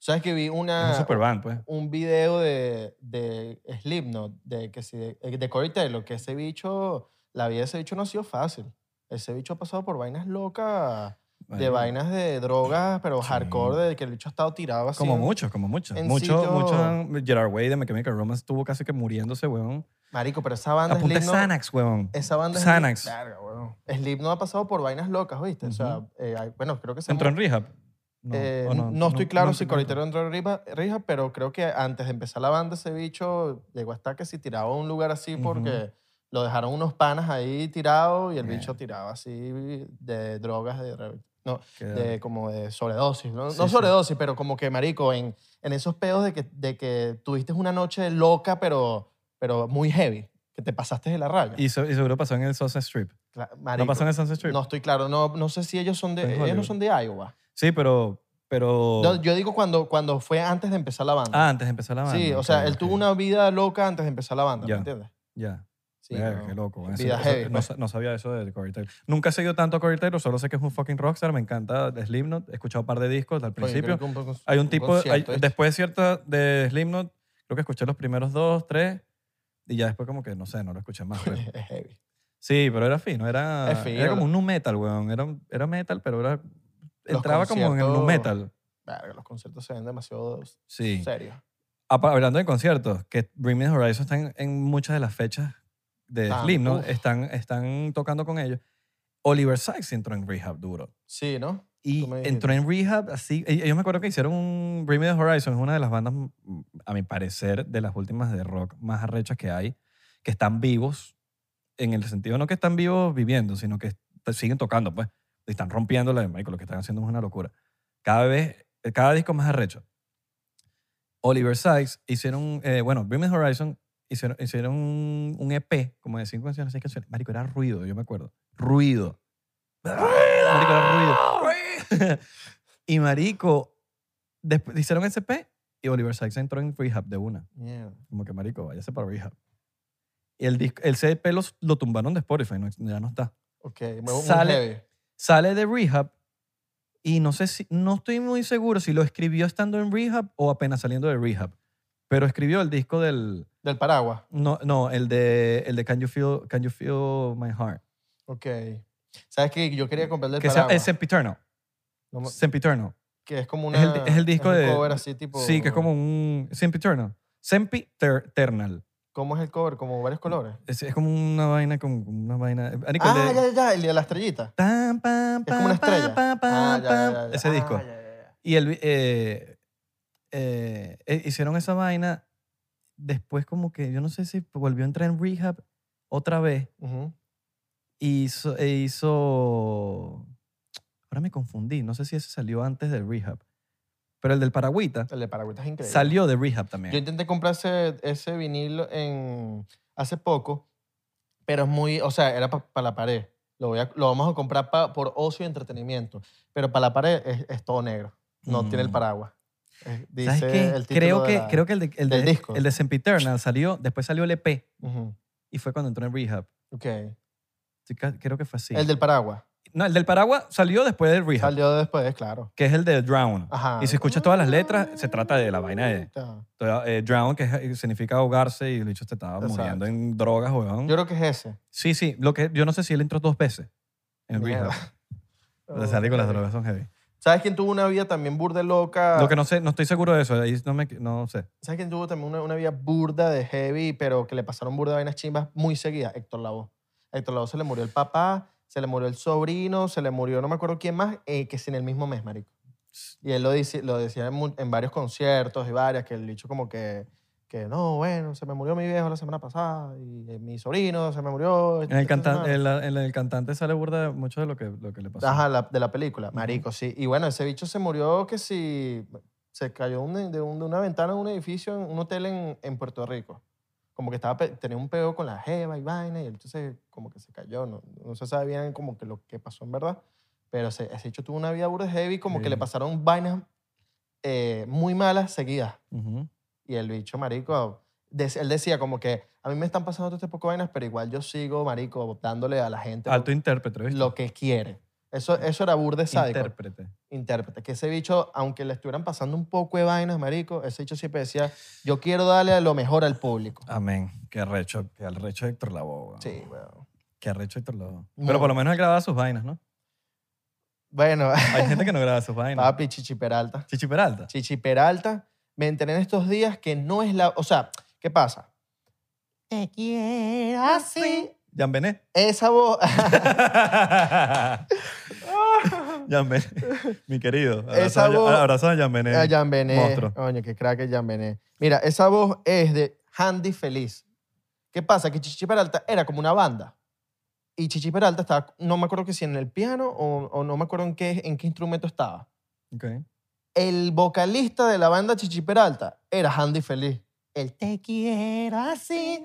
Speaker 1: ¿Sabes que vi una,
Speaker 2: es un super band, pues.
Speaker 1: un video de, de Slipknot, de, que si, de, de Corey Taylor, que ese bicho, la vida de ese bicho no ha sido fácil. Ese bicho ha pasado por vainas locas, de
Speaker 2: Bueno,
Speaker 1: vainas de drogas, pero
Speaker 2: Sí.
Speaker 1: hardcore, de que el bicho ha estado tirado así.
Speaker 2: Como
Speaker 1: en-
Speaker 2: muchos, como muchos.
Speaker 1: en
Speaker 2: Muchos,
Speaker 1: sitio-
Speaker 2: muchos. han- Gerard Way de My Chemical Romance estuvo casi que muriéndose, weón.
Speaker 1: Marico, pero esa banda
Speaker 2: Apunta
Speaker 1: Slipknot-
Speaker 2: Xanax, weón.
Speaker 1: Esa banda
Speaker 2: Xanax.
Speaker 1: Slip, verga, weón. Slipknot ha pasado por vainas locas, ¿viste? O sea,
Speaker 2: Ujú.
Speaker 1: eh, hay- bueno, creo que se
Speaker 2: ¿Entró
Speaker 1: mu-
Speaker 2: en rehab? No,
Speaker 1: eh,
Speaker 2: ¿o
Speaker 1: no, estoy claro si
Speaker 2: entró en
Speaker 1: Coritero entró en riba- rija, pero creo que antes de empezar la banda, ese bicho llegó hasta que si tiraba a un lugar así
Speaker 2: Ujú.
Speaker 1: porque lo dejaron unos panas ahí tirado y el
Speaker 2: Mierda.
Speaker 1: bicho tiraba así de drogas, de, re- no,
Speaker 2: rehab. Qué-
Speaker 1: de como de sobredosis. No,
Speaker 2: Sí,
Speaker 1: No
Speaker 2: sí.
Speaker 1: sobredosis, pero como que, marico, en, en esos pedos de que, de que tuviste una noche loca, pero, pero muy heavy. que te pasaste de la raya.
Speaker 2: Y, so- y seguro pasó en el Sunset Strip.
Speaker 1: Cla-
Speaker 2: ¿No
Speaker 1: marico,
Speaker 2: pasó en el Sunset Strip?
Speaker 1: no estoy claro. No, no sé si ellos son de.
Speaker 2: En
Speaker 1: Ellos no
Speaker 2: Hollywood. Oh.
Speaker 1: son de Iowa.
Speaker 2: Sí, pero... pero...
Speaker 1: No, yo digo cuando, cuando fue antes de empezar la banda.
Speaker 2: Ah, antes de empezar la banda.
Speaker 1: sí, o sea,
Speaker 2: ok,
Speaker 1: él
Speaker 2: ok.
Speaker 1: tuvo una vida loca antes de empezar la banda,
Speaker 2: Ya.
Speaker 1: ¿me entiendes?
Speaker 2: Ya.
Speaker 1: Sí,
Speaker 2: Verga,
Speaker 1: no.
Speaker 2: qué loco. Eso-
Speaker 1: Vida
Speaker 2: eso-
Speaker 1: heavy,
Speaker 2: no,
Speaker 1: pues.
Speaker 2: sa- no sabía eso de Corey Taylor. Nunca he seguido tanto a Corey Taylor, solo sé que es un fucking rockstar. Me encanta Slipknot. He escuchado un par de discos al
Speaker 1: Coño,
Speaker 2: principio.
Speaker 1: creo que poco-
Speaker 2: Hay un tipo, hay-
Speaker 1: concierto, ¿eh?
Speaker 2: después de cierta de Slipknot, creo que escuché los primeros dos, tres, y ya después como que, no sé, no lo escuché más. pues.
Speaker 1: Es heavy.
Speaker 2: sí, pero era fino, era,
Speaker 1: Es fino.
Speaker 2: era como un nu metal, weón. Era, era metal, pero era, entraba como en el nu
Speaker 1: conciertos-
Speaker 2: metal.
Speaker 1: Verga, los conciertos se ven demasiado
Speaker 2: Sí.
Speaker 1: serios.
Speaker 2: Apa- Hablando de conciertos, que Bring Me the Horizon están en muchas de las fechas de
Speaker 1: Ah,
Speaker 2: Slipknot,
Speaker 1: uf.
Speaker 2: están, están tocando con ellos. Oliver Sykes entró en rehab duro.
Speaker 1: Sí, ¿no?
Speaker 2: Y
Speaker 1: Tú me dijiste.
Speaker 2: entró en rehab así. e- Ellos me acuerdo que hicieron un Bring Me the Horizon, es una de las bandas, mm, a mi parecer, de las últimas de rock más arrechas que hay, que están vivos, en el sentido no que están vivos viviendo, sino que est- siguen tocando, pues. Y están rompiendo la marico, lo que están haciendo es una locura. Cada vez, eh, cada disco más arrecho. Oliver Sykes hicieron, eh, bueno, Bring Me the Horizon hicieron, hicieron un, un EP como de cinco canciones, seis canciones. Marico, era ruido, yo me acuerdo. Ruido. Marico, era ruido. y marico, después hicieron SP y Oliver Sykes entró en rehab de una.
Speaker 1: Mierda.
Speaker 2: Como que marico, váyase para rehab. Y el, disco, el CDP los- lo tumbaron de Spotify, no- ya no está.
Speaker 1: Ok, muy, muy
Speaker 2: Sale-
Speaker 1: heavy.
Speaker 2: Sale de rehab y no sé si, no estoy muy seguro si lo escribió estando en rehab o apenas saliendo de rehab. Pero escribió el disco del,
Speaker 1: Del paraguas.
Speaker 2: no, no, el de, el de Can You Feel, Can you feel My Heart.
Speaker 1: Ok. ¿Sabes qué? Yo quería comprar el
Speaker 2: Que sea,
Speaker 1: paraguas.
Speaker 2: es Sempiterno,
Speaker 1: No me-
Speaker 2: Sempiterno.
Speaker 1: que es como
Speaker 2: es
Speaker 1: una...
Speaker 2: el- es el disco
Speaker 1: es un
Speaker 2: de-
Speaker 1: cover así, tipo...
Speaker 2: Sí, que es como un sempiternal. Sempiternal.
Speaker 1: ¿Cómo es el cover? Como varios colores.
Speaker 2: Es, es como una vaina, como como una vaina. Marico, el
Speaker 1: Ah,
Speaker 2: de-
Speaker 1: ya, ya, ya. El de la estrellita.
Speaker 2: Tan, pam,
Speaker 1: Es como una
Speaker 2: pam, pam,
Speaker 1: estrella.
Speaker 2: pam,
Speaker 1: Ah,
Speaker 2: pam,
Speaker 1: ya, ya,
Speaker 2: pam.
Speaker 1: ya, ya.
Speaker 2: Ese
Speaker 1: Ah,
Speaker 2: disco.
Speaker 1: ya, ya, ya.
Speaker 2: Y el, eh, eh, eh, hicieron esa vaina. Después, como que yo no sé si volvió a entrar en rehab otra vez.
Speaker 1: Ujú.
Speaker 2: Y hizo. e hizo- Ahora me confundí. No sé si ese salió antes del rehab. Pero el del Paragüita
Speaker 1: El de paraguas es increíble.
Speaker 2: salió de rehab también.
Speaker 1: Yo intenté comprar ese, ese vinilo en, hace poco, pero es muy, o sea, era para la pared. Lo, voy a- lo vamos a comprar pa- por ocio y entretenimiento, pero para la pared es, es todo negro, no tiene el
Speaker 2: Mm.
Speaker 1: paraguas. Es- dice
Speaker 2: ¿Sabes qué?
Speaker 1: el título
Speaker 2: creo,
Speaker 1: de
Speaker 2: que,
Speaker 1: la-
Speaker 2: creo que el de, el
Speaker 1: del
Speaker 2: de-
Speaker 1: disco.
Speaker 2: el de Sempiternal salió, después salió el EP
Speaker 1: Ujú,
Speaker 2: y fue cuando entró en rehab.
Speaker 1: ok.
Speaker 2: Sí, ca- Creo que fue así.
Speaker 1: El del paraguas.
Speaker 2: no, el del Paraguas salió después del rehab,
Speaker 1: Salió después, claro.
Speaker 2: que es el de Drown.
Speaker 1: Ajá. Ah.
Speaker 2: Y si escuchas todas las letras, se trata de la vaina de
Speaker 1: Puta.
Speaker 2: toda- eh, Drown, que es- significa ahogarse y el bicho te estaba
Speaker 1: Exacto.
Speaker 2: muriendo en drogas, weón.
Speaker 1: Yo creo que es ese.
Speaker 2: Sí, sí, lo que, yo no sé si él entró dos veces en
Speaker 1: Mierda.
Speaker 2: rehab. O sea, digo, las
Speaker 1: Ok.
Speaker 2: drogas son heavy.
Speaker 1: ¿Sabes quién tuvo una vida también burda de loca?
Speaker 2: Lo que no sé, no estoy seguro de eso, ahí no, me, no sé.
Speaker 1: ¿Sabes quién tuvo también una, una vida burda de heavy, pero que le pasaron burda de vainas chimbas muy seguidas? Héctor Lavoe. A Héctor Lavoe se le murió el papá, se le murió el sobrino, se le murió no me acuerdo quién más, eh, que es en el mismo mes, marico. Y él lo, dice, lo decía en, mu- en varios conciertos y varias, que el dicho como que, que no, bueno, se me murió mi viejo la semana pasada y eh, mi sobrino se me murió.
Speaker 2: En el,
Speaker 1: esta
Speaker 2: cantan-
Speaker 1: semana".
Speaker 2: en la- en el cantante sale burda de mucho de lo que, lo que le pasó.
Speaker 1: Ajá, la- de la película, marico, sí. Y bueno, ese bicho se murió que si se cayó un- de, un- de una ventana de un edificio en un hotel en, en Puerto Rico. Como que estaba pe- tenía un peo con la jeva y vaina y el bicho se- como que se cayó. No, no se sabe bien como que lo que pasó en verdad. Pero se- ese bicho tuvo una vida burda heavy como que le
Speaker 2: Sí.
Speaker 1: pasaron vainas eh, muy malas seguidas.
Speaker 2: Ujú.
Speaker 1: Y el bicho, marico, des- él decía como que a mí me están pasando todo este poco de vainas, pero igual yo sigo, marico, dándole a la gente lo-
Speaker 2: Alto intérprete, ¿viste?
Speaker 1: lo que quiere. Eso, eso era burde sádico.
Speaker 2: intérprete.
Speaker 1: Intérprete. Que ese bicho, aunque le estuvieran pasando un poco de vainas, marico, ese bicho siempre decía, yo quiero darle lo mejor al público.
Speaker 2: Amén. Qué arrecho, qué arrecho Héctor Lavoe. weón.
Speaker 1: Sí, weón.
Speaker 2: Qué arrecho Héctor Lavoe.
Speaker 1: Muy.
Speaker 2: Pero por lo menos él grababa sus vainas, ¿no?
Speaker 1: Bueno,
Speaker 2: Hay gente que no graba sus vainas.
Speaker 1: papi, Chichi Peralta.
Speaker 2: Chichi Peralta.
Speaker 1: Chichi Peralta, me enteré en estos días que no es la... O sea, ¿qué pasa? Te quiero así.
Speaker 2: Jan Benet.
Speaker 1: Esa voz...
Speaker 2: Jan Benet. Mi querido. Abrazo,
Speaker 1: Esa
Speaker 2: a,
Speaker 1: voz-
Speaker 2: Jan- abrazo a Jan Benet.
Speaker 1: A Jan Benet.
Speaker 2: Eh, Monstruo.
Speaker 1: Ah, Coño, qué crack es Jan Benet. Mira, esa voz es de Handy Feliz. ¿Qué pasa? Que Chichi Peralta era como una banda. Y Chichi Peralta estaba, no me acuerdo que si en el piano o, o no me acuerdo en qué, en qué instrumento estaba.
Speaker 2: Ok.
Speaker 1: El vocalista de la banda Chichi Peralta era Handy Feliz. El te quiero así.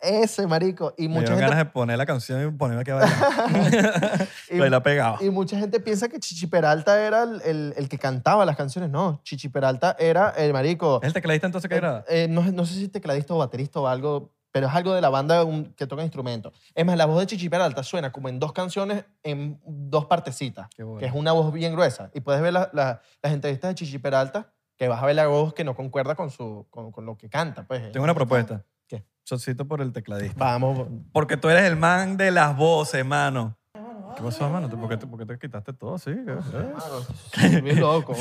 Speaker 1: Ese, marico. Y
Speaker 2: Me
Speaker 1: mucha,
Speaker 2: dieron
Speaker 1: gente,
Speaker 2: ganas de poner la canción y ponerme aquí a bailar.
Speaker 1: y-
Speaker 2: Pero la pegaba.
Speaker 1: y mucha gente piensa que Chichi Peralta era el, el- el que cantaba las canciones. No, Chichi Peralta era el marico.
Speaker 2: ¿Es el tecladista entonces que graba?
Speaker 1: Eh, eh, no, no sé si tecladista o baterista o algo, pero es algo de la banda un- que toca instrumentos. Es más, la voz de Chichi Peralta suena como en dos canciones, en dos partecitas,
Speaker 2: Qué bueno.
Speaker 1: que es una voz bien gruesa. Y puedes ver la- la- las entrevistas de Chichi Peralta, que vas a ver la voz que no concuerda con, su, con, con lo que canta. Pues.
Speaker 2: Tengo una propuesta.
Speaker 1: ¿Qué?
Speaker 2: Chocito por el tecladista.
Speaker 1: Vamos.
Speaker 2: Porque tú eres el man de las voces, mano. ¿Qué pasó, mano? ¿Por qué te, por qué te quitaste todo? Sí. ¿qué?
Speaker 1: Claro, estoy bien loco.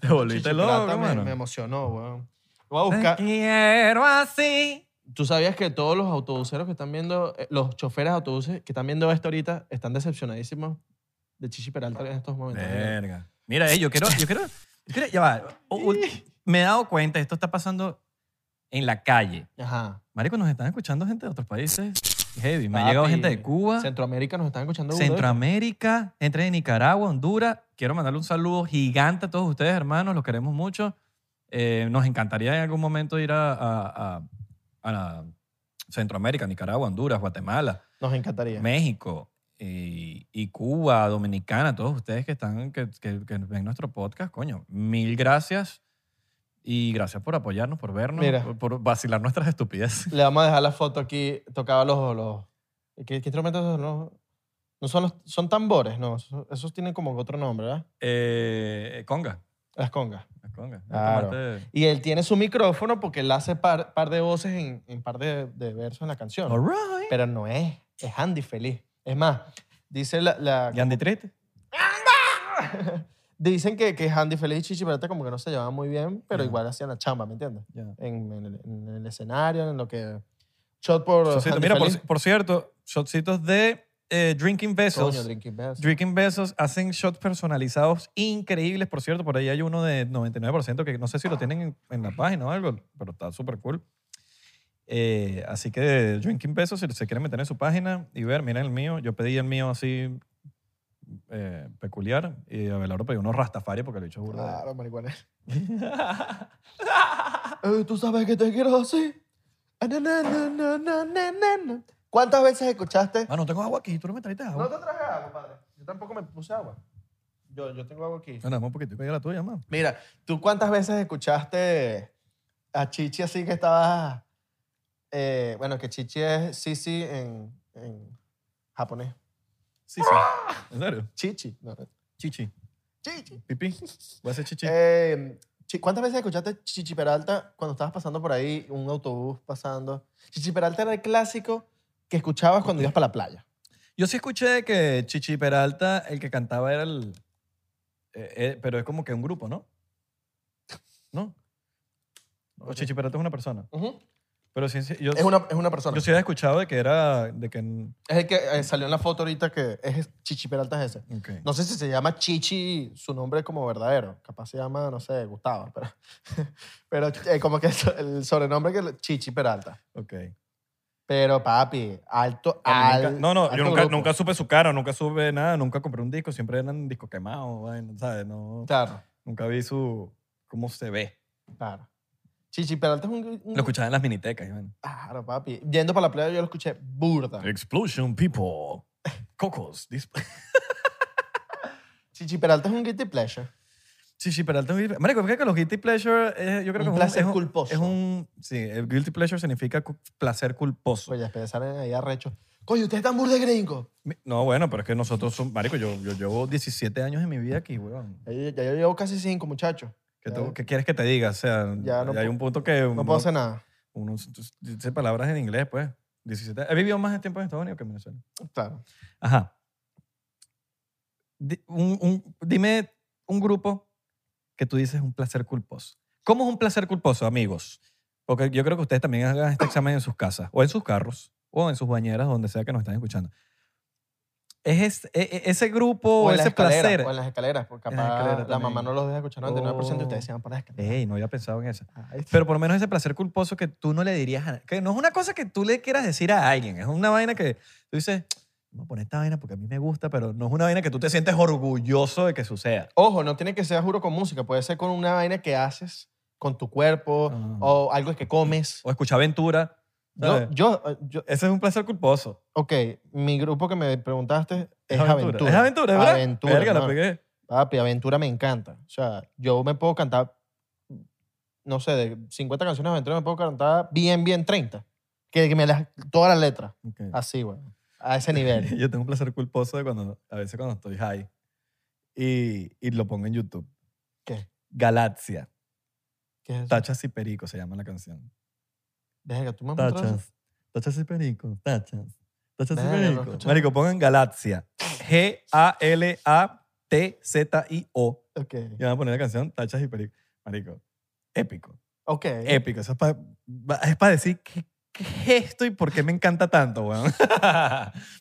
Speaker 2: Te volviste
Speaker 1: Chichi
Speaker 2: loco,
Speaker 1: Peralta me-
Speaker 2: mano.
Speaker 1: Me, emocionó, weón. Lo Voy a buscar.
Speaker 2: quiero así.
Speaker 1: Tú sabías que todos los autobuseros que están viendo, eh, los choferes de autobuses que están viendo esto ahorita, están decepcionadísimos de Chichi Peralta en estos momentos.
Speaker 2: Verga. Mira, eh, yo quiero, yo quiero, yo quiero- ya va. U- u- me he dado cuenta, esto está pasando en la calle.
Speaker 1: Ajá.
Speaker 2: Marico, nos están escuchando gente de otros países. Heavy. Me ha
Speaker 1: Papi,
Speaker 2: llegado gente de Cuba,
Speaker 1: Centroamérica nos están escuchando. burda.
Speaker 2: Centroamérica, gente de Nicaragua, Honduras. Quiero mandarle un saludo gigante a todos ustedes, hermanos. Los queremos mucho. Eh, nos encantaría en algún momento ir a, a- a- a la Centroamérica, Nicaragua, Honduras, Guatemala.
Speaker 1: Nos encantaría.
Speaker 2: México eh, y, y Cuba, Dominicana, todos ustedes que están, que, que- que ven nuestro podcast, coño, mil gracias. Y gracias por apoyarnos, por vernos,
Speaker 1: Mira.
Speaker 2: por, por vacilar nuestras estupideces.
Speaker 1: Le vamos a dejar la foto aquí. Tocaba los. los ¿qué, qué instrumentos son? los- no son, los, son tambores, no. Esos, esos tienen como otro nombre, ¿verdad?
Speaker 2: Eh, conga.
Speaker 1: Las congas.
Speaker 2: las congas.
Speaker 1: Claro.
Speaker 2: Tomaste-
Speaker 1: Y él tiene su micrófono porque él hace par, par de voces en, en par de, de versos en la canción.
Speaker 2: All right.
Speaker 1: Pero no es. Es Andy feliz. Es más, dice la. la-
Speaker 2: ¿Y Andy Triste?
Speaker 1: Dicen que, que Andy Feliz y Chichi Peralta como que no se llevaban muy bien, pero
Speaker 2: Ya.
Speaker 1: igual hacían la chamba, ¿me entiendes?
Speaker 2: Ya.
Speaker 1: En, en el, en el escenario, en lo que... Shot por
Speaker 2: Shotcito.
Speaker 1: Andy
Speaker 2: Mira,
Speaker 1: Feliz.
Speaker 2: por, por cierto, shotcitos de eh, Drinking Vessels.
Speaker 1: Coño, Drinking Bells.
Speaker 2: Drinking Besos hacen shots personalizados increíbles, por cierto. Por ahí hay uno de 99% que no sé si lo tienen en, en la página o algo, pero está súper cool. Eh, así que Drinking Besos, si se quieren meter en su página y ver, miren el mío. Yo pedí el mío así eh, peculiar y Abelardo pidió uno Rastafari porque lo he dicho burda.
Speaker 1: Claro, marihuana.
Speaker 2: de-
Speaker 1: Eh, Tú sabes que te quiero así. Ah, na, na, na, na, na, na, na, na. ¿Cuántas veces escuchaste?
Speaker 2: Ah, no tengo agua aquí, tú no me trajiste agua.
Speaker 1: No te traje agua, padre. Yo tampoco me puse agua. Yo, yo tengo agua aquí.
Speaker 2: No, no, un poquitico, ya la tuya, man.
Speaker 1: Mira, ¿tú cuántas veces escuchaste a Chichi así que estaba... eh, bueno, que Chichi es Sisi en, en japonés.
Speaker 2: Sí, sí. ¿En serio?
Speaker 1: Chichi. No.
Speaker 2: Chichi.
Speaker 1: Chichi.
Speaker 2: Pipí. Voy a hacer chichi.
Speaker 1: Eh, chi- ¿Cuántas veces escuchaste Chichi Peralta cuando estabas pasando por ahí, un autobús pasando? Chichi Peralta era el clásico que escuchabas cuando ibas para la playa.
Speaker 2: Yo sí escuché que Chichi Peralta, el que cantaba era el... eh, eh, pero es como que un grupo, ¿no? ¿No? O Chichi Peralta es una persona.
Speaker 1: Ujú.
Speaker 2: Pero sí, sí, yo,
Speaker 1: es, una, es una persona.
Speaker 2: yo sí había escuchado de que era... De que,
Speaker 1: Es el que eh, salió en la foto ahorita que es Chichi Peralta es ese.
Speaker 2: ok.
Speaker 1: No sé si se llama Chichi su nombre como verdadero. Capaz se llama, no sé, Gustavo. Pero, pero eh, como que so- el sobrenombre que le- Chichi Peralta.
Speaker 2: ok.
Speaker 1: Pero papi, alto,
Speaker 2: A mí nunca-
Speaker 1: al-
Speaker 2: no, no,
Speaker 1: alto
Speaker 2: yo nunca,
Speaker 1: grupo.
Speaker 2: nunca supe su cara, nunca supe nada, nunca compré un disco, siempre eran discos quemados, vaina, ¿sabes? No,
Speaker 1: Claro,
Speaker 2: nunca vi su... cómo se ve.
Speaker 1: claro. Chichi Peralta es un... un-
Speaker 2: Lo escuchaba en las minitecas. y vaina.
Speaker 1: Claro, papi. Yendo para la playa yo lo escuché burda.
Speaker 2: Explosion People. Cocos. dis-
Speaker 1: Chichi Peralta es un guilty pleasure.
Speaker 2: Sí, sí, pero alto guilty pleasure. Marico, creo que los guilty pleasure eh, yo creo que
Speaker 1: Un
Speaker 2: es
Speaker 1: placer
Speaker 2: es un,
Speaker 1: culposo.
Speaker 2: Es un, sí, el guilty pleasure significa cu- placer culposo.
Speaker 1: Oye, empezar ahí arrecho. Coño, ustedes están burda de gringo.
Speaker 2: Mi- No, bueno, pero es que nosotros somos, marico, yo, yo llevo 17 años en mi vida aquí, weón.
Speaker 1: Ya, yo- ya yo llevo casi cinco, muchachos.
Speaker 2: ¿Qué,
Speaker 1: Ya.
Speaker 2: tú- qué quieres que te diga? O sea,
Speaker 1: Ya no
Speaker 2: hay
Speaker 1: pu-
Speaker 2: un punto que
Speaker 1: No
Speaker 2: uno,
Speaker 1: puedo hacer nada.
Speaker 2: uno dice palabras en inglés, pues. 17, he vivido más tiempo en Estados Unidos que en Venezuela.
Speaker 1: Claro.
Speaker 2: Ajá. Di- un- un- dime un grupo que tú dices un placer culposo. ¿Cómo es un placer culposo, amigos? Porque yo creo que ustedes también hagan este examen en sus casas, o en sus carros, o en sus bañeras, donde sea que nos estén escuchando. Es, es- e- e- ese grupo,
Speaker 1: O en las
Speaker 2: ese
Speaker 1: escaleras,
Speaker 2: placer.
Speaker 1: O en las escaleras, porque
Speaker 2: En las
Speaker 1: capaz
Speaker 2: escaleras
Speaker 1: la
Speaker 2: también.
Speaker 1: mamá no los deja escuchar 99% de
Speaker 2: Oh.
Speaker 1: ustedes se van por las escaleras. Ah,
Speaker 2: Ey, no había pensado en eso.
Speaker 1: Ay,
Speaker 2: Pero por lo menos ese placer culposo que tú no le dirías a Que no es una cosa que tú le quieras decir a alguien. Es una vaina que tú dices, voy a poner esta vaina porque a mí me gusta, pero no es una vaina que tú te sientes orgulloso de que suceda.
Speaker 1: Ojo, no tiene que ser juro con música, puede ser con una vaina que haces con tu cuerpo
Speaker 2: Ah.
Speaker 1: o algo que comes.
Speaker 2: O escuchar aventura.
Speaker 1: Yo,
Speaker 2: ¿sabes?
Speaker 1: yo, yo-
Speaker 2: Ese es un placer culposo.
Speaker 1: ok, mi grupo que me preguntaste es Aventura.
Speaker 2: Es aventura, ¿verdad?
Speaker 1: Aventura,
Speaker 2: Verga, la
Speaker 1: hermano.
Speaker 2: pegué.
Speaker 1: Papi, Aventura me encanta. O sea, yo me puedo cantar, no sé, de 50 canciones de Aventura me puedo cantar bien, bien 30. Que, que me las, todas las letras.
Speaker 2: Ok.
Speaker 1: Así, güey. A ese nivel.
Speaker 2: Yo tengo un placer culposo de cuando, a veces cuando estoy high y, y lo pongo en YouTube.
Speaker 1: ¿Qué?
Speaker 2: Galaxia.
Speaker 1: ¿Qué es eso?
Speaker 2: Tachas y Perico se llama la canción.
Speaker 1: Verga, tú me mostraste.
Speaker 2: Tachas. Tachas y Perico. Tachas. Tachas y
Speaker 1: Verga, no
Speaker 2: Perico.
Speaker 1: escuché.
Speaker 2: Marico, pongan Galaxia. G-A-L-A-T-Z-I-O.
Speaker 1: Ok.
Speaker 2: Y van a poner la canción Tachas y Perico. Marico, épico.
Speaker 1: Ok.
Speaker 2: Épico. Eso es para es pa decir qué, qué es esto y por qué me encanta tanto, weón.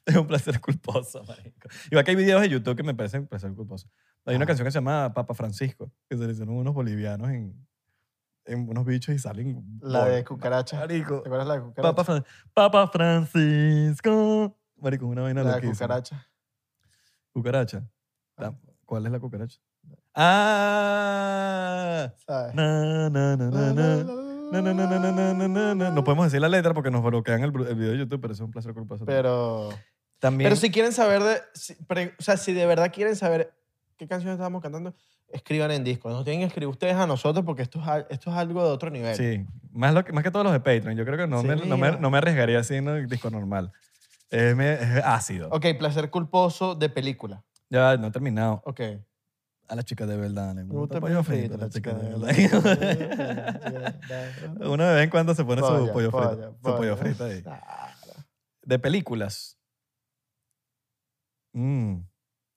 Speaker 2: es un placer culposo, marico. Igual que hay videos de YouTube que me parecen un placer culposo. Hay una
Speaker 1: Ah.
Speaker 2: canción que se llama Papa Francisco, que se le hicieron unos bolivianos en, en unos bichos y salen...
Speaker 1: La de
Speaker 2: bol-
Speaker 1: cucaracha.
Speaker 2: Marico.
Speaker 1: ¿Te acuerdas la de cucaracha?
Speaker 2: Papa, Fran- Papa Francisco. Marico, una vaina
Speaker 1: la de
Speaker 2: loquísima.
Speaker 1: cucaracha.
Speaker 2: Cucaracha.
Speaker 1: Ah.
Speaker 2: ¿Cuál es la cucaracha? Ah,
Speaker 1: ¿Sabes?
Speaker 2: na, na, na, na, na. Na, na, na, na, na, na, na, na, na. No podemos decir la letra porque nos bloquean el, bru- el video de YouTube, pero eso es un placer culposo.
Speaker 1: Pero.
Speaker 2: también.
Speaker 1: Pero si quieren saber de. si- pre- o sea, si de verdad quieren saber qué canciones estábamos cantando, escriban en disco. Nos tienen que escribir ustedes a nosotros porque esto es, al- esto es algo de otro nivel.
Speaker 2: Sí, más, lo que, más que todos los de Patreon. Yo creo que no, me,
Speaker 1: Sí.
Speaker 2: no, me, no me arriesgaría así en el disco normal. Es, me- es ácido.
Speaker 1: Ok, placer culposo de película.
Speaker 2: Ya no he terminado.
Speaker 1: Ok.
Speaker 2: A la chica de verdad. Me
Speaker 1: gusta
Speaker 2: gusta
Speaker 1: pollo
Speaker 2: pollo
Speaker 1: frito,
Speaker 2: frito, la chica de
Speaker 1: verdad.
Speaker 2: verdad. Uno de vez en cuando se pone
Speaker 1: Polla,
Speaker 2: su pollo
Speaker 1: polla,
Speaker 2: frito. Su pollo
Speaker 1: polla.
Speaker 2: frito ahí.
Speaker 1: Ah,
Speaker 2: De películas. Mm,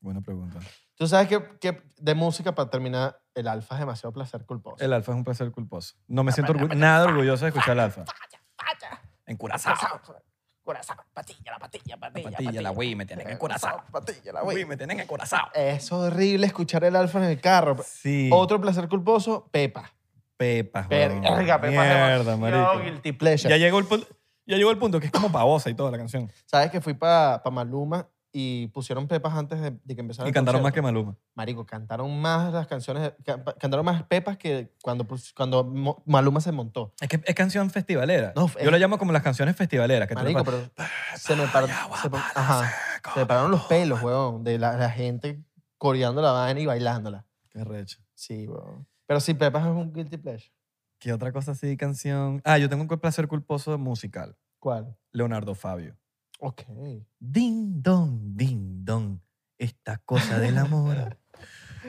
Speaker 2: buena pregunta.
Speaker 1: Tú sabes que, que de música, para terminar, el alfa es demasiado placer culposo.
Speaker 2: El alfa es un placer culposo. No me siento orgu- nada orgulloso de escuchar el alfa. En Curazao.
Speaker 4: Corazón, patilla, la patilla, patilla.
Speaker 2: patilla, Ah. la Wii, me tienen en Curazao.
Speaker 1: Patilla, la
Speaker 2: La Wii,
Speaker 1: wey.
Speaker 2: me tienen en Curazao.
Speaker 1: Es horrible escuchar el alfa en el carro.
Speaker 2: Sí.
Speaker 1: Otro placer culposo, Pepa.
Speaker 2: Pepa,
Speaker 1: Verga,
Speaker 2: huevón.
Speaker 1: Pepa. es
Speaker 2: Mierda,
Speaker 1: demasiado
Speaker 2: marico.
Speaker 1: Guilty pleasure.
Speaker 2: Ya llegó, el, pu- ya llegó el punto que es como pavosa y toda la canción.
Speaker 1: ¿Sabes que fui para Maluma y pusieron pepas antes de, de que empezara
Speaker 2: Y
Speaker 1: el
Speaker 2: cantaron más que
Speaker 1: Ah, concierto?
Speaker 2: Maluma.
Speaker 1: Marico, cantaron más las canciones, ca- cantaron más pepas que cuando, pus- cuando Mo- Maluma se montó.
Speaker 2: Es que es canción festivalera.
Speaker 1: No,
Speaker 2: Yo
Speaker 1: es-
Speaker 2: la llamo como las canciones festivaleras. Que tú le
Speaker 1: Marico,
Speaker 2: paras-
Speaker 1: pero se me, par- se me- ajá, se me pararon los pelos, weón, de la, la gente coreando la vaina y bailándola.
Speaker 2: Qué recho.
Speaker 1: Sí, weón. Pero sí, pepas es un guilty pleasure.
Speaker 2: ¿Qué otra cosa así, canción? Ah, yo tengo un placer culposo musical.
Speaker 1: ¿Cuál?
Speaker 2: Leonardo Fabio.
Speaker 1: Ok.
Speaker 2: Ding dong, ding dong, esta cosa del amor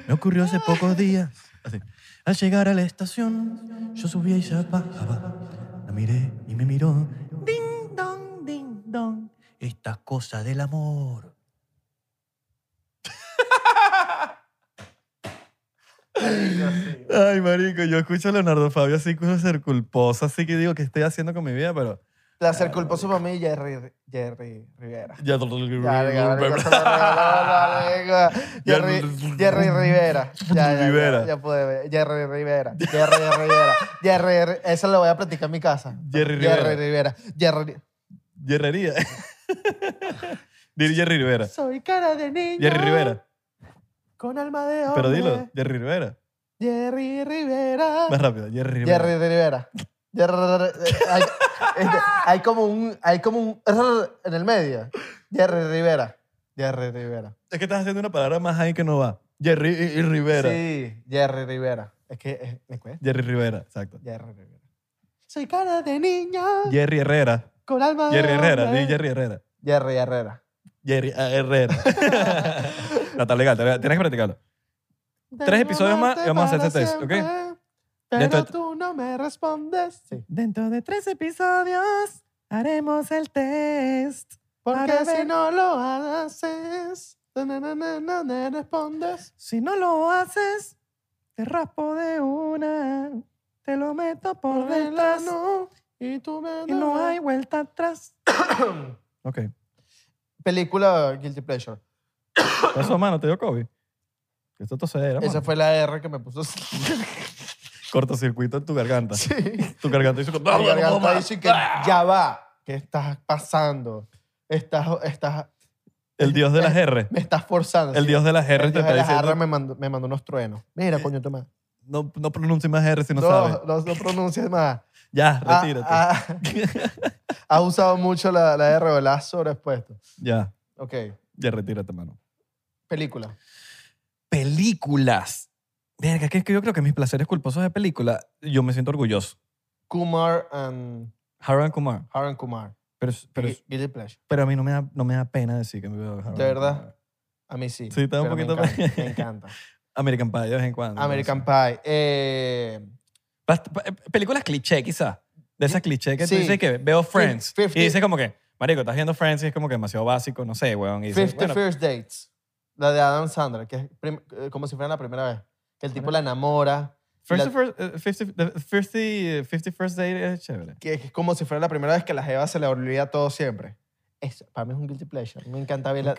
Speaker 2: me ocurrió hace pocos días. Así. Al llegar a la estación, yo subía y se apagaba. La miré y me miró. Ding dong, ding dong, esta cosa del amor. Ay, marico, yo escucho a Leonardo Fabio así con ser culposa, así que digo que estoy haciendo con mi vida, pero... Ah,
Speaker 1: Placer culposo para mí, Jerry, Jerry Rivera.
Speaker 2: Ya,
Speaker 1: Ya, ya, ya, ya, ya, ya, ya, Jerry, Jerry Rivera. Ya, ya, ya,
Speaker 2: Rivera.
Speaker 1: Ya, pude ver. Jerry Rivera. Jerry Rivera. Jerry Ri- Eso lo voy a platicar en mi casa.
Speaker 2: Jerry
Speaker 1: Jerry Rivera.
Speaker 2: Rivera.
Speaker 1: Jerry.
Speaker 2: Yerrería. Dile Jerry Rivera.
Speaker 1: Soy cara de niño.
Speaker 2: Jerry Rivera.
Speaker 1: Con alma de hombre.
Speaker 2: Pero dilo, Jerry Rivera.
Speaker 1: Jerry Rivera.
Speaker 2: Más rápido, Jerry Rivera.
Speaker 1: Jerry Rivera. Jerry Rivera. Hay, este, hay como un. Hay como un. rrr En el medio. Jerry Rivera. Jerry Rivera.
Speaker 2: Es que estás haciendo una palabra más ahí que no va. Jerry y- y Rivera.
Speaker 1: Sí, Jerry Rivera. Es que eh, me cuesta.
Speaker 2: Jerry Rivera, exacto.
Speaker 1: Jerry Rivera. Soy cara de niña
Speaker 2: Jerry Herrera.
Speaker 1: con alma de
Speaker 2: Jerry Herrera,
Speaker 1: hombre.
Speaker 2: di Jerry Herrera.
Speaker 1: Jerry Herrera.
Speaker 2: Jerry ah, Herrera. no, está legal, está legal. tienes que practicarlo. Tres
Speaker 1: Debo
Speaker 2: episodios más y
Speaker 1: amarte
Speaker 2: vamos a hacer
Speaker 1: para
Speaker 2: este test, ¿ok?
Speaker 1: siempre,
Speaker 2: Dentro
Speaker 1: Pero
Speaker 2: de-
Speaker 1: tú no me respondes. Sí.
Speaker 2: Dentro de tres episodios haremos el test. Para
Speaker 1: Porque si
Speaker 2: ver-
Speaker 1: no lo haces, na, na, na, na, no me respondes.
Speaker 2: Si no lo haces, te raspo de una. Te lo meto
Speaker 1: Por detrás. Y tú me das-
Speaker 2: vuelta atrás. ok.
Speaker 1: Película Guilty Pleasure.
Speaker 2: Eso, mano, te dio COVID. Esto tosedera, mano.
Speaker 1: Esa fue la R que me puso.
Speaker 2: Cortocircuito en tu garganta.
Speaker 1: sí.
Speaker 2: Tu garganta hizo...
Speaker 1: La garganta dice que ya va. ¿Qué estás pasando? Estás, estás,
Speaker 2: El dios de las R.
Speaker 1: me estás forzando.
Speaker 2: El
Speaker 1: sí.
Speaker 2: dios de las R
Speaker 1: El
Speaker 2: te
Speaker 1: Dios de
Speaker 2: está
Speaker 1: las jarras
Speaker 2: diciendo...
Speaker 1: me mandó, me mandó unos truenos. Mira, coño, toma.
Speaker 2: No, no pronuncie más R si no,
Speaker 1: no,
Speaker 2: sabe.
Speaker 1: no, no pronuncies más.
Speaker 2: Ya,
Speaker 1: Ah,
Speaker 2: retírate.
Speaker 1: ah, has usado mucho la, la R o la has sobreexpuesto.
Speaker 2: Ya,
Speaker 1: Ok.
Speaker 2: ya retírate, mano.
Speaker 1: Película.
Speaker 2: Películas. Verga, que es que yo creo que mis placeres culposos de película, yo me siento orgulloso.
Speaker 1: Kumar and
Speaker 2: Harold Kumar.
Speaker 1: Haran Kumar.
Speaker 2: Pero, pero,
Speaker 1: Gui- Guilty Pleasure.
Speaker 2: pero a mí no me, da, no me da pena decir que me veo Harold
Speaker 1: ¿De verdad?
Speaker 2: Kumar.
Speaker 1: A mí sí.
Speaker 2: Sí, está un
Speaker 1: pero me
Speaker 2: poquito-
Speaker 1: encanta, Me encanta.
Speaker 2: American Pie de vez en cuando.
Speaker 1: American Pie. Eh,
Speaker 2: Bast- pa- eh, Películas cliché, quizás. De esas cliché que
Speaker 1: Sí.
Speaker 2: tú dices que veo Friends.
Speaker 1: Fifty-
Speaker 2: Y dices como que, marico, estás viendo Friends y es como que demasiado básico, no sé, weón. Y dices,
Speaker 1: 50
Speaker 2: bueno,
Speaker 1: First Dates. La de Adam Sandler, que es prim- eh, como si fuera la primera vez. Que el tipo la enamora.
Speaker 2: First
Speaker 1: La-
Speaker 2: first, eh, 50, the 50, eh, 50 First Date es chévere.
Speaker 1: que es como si fuera la primera vez que la jeva se le olvida todo siempre. Es, para mí es un guilty pleasure. Me encanta ver Eh, la...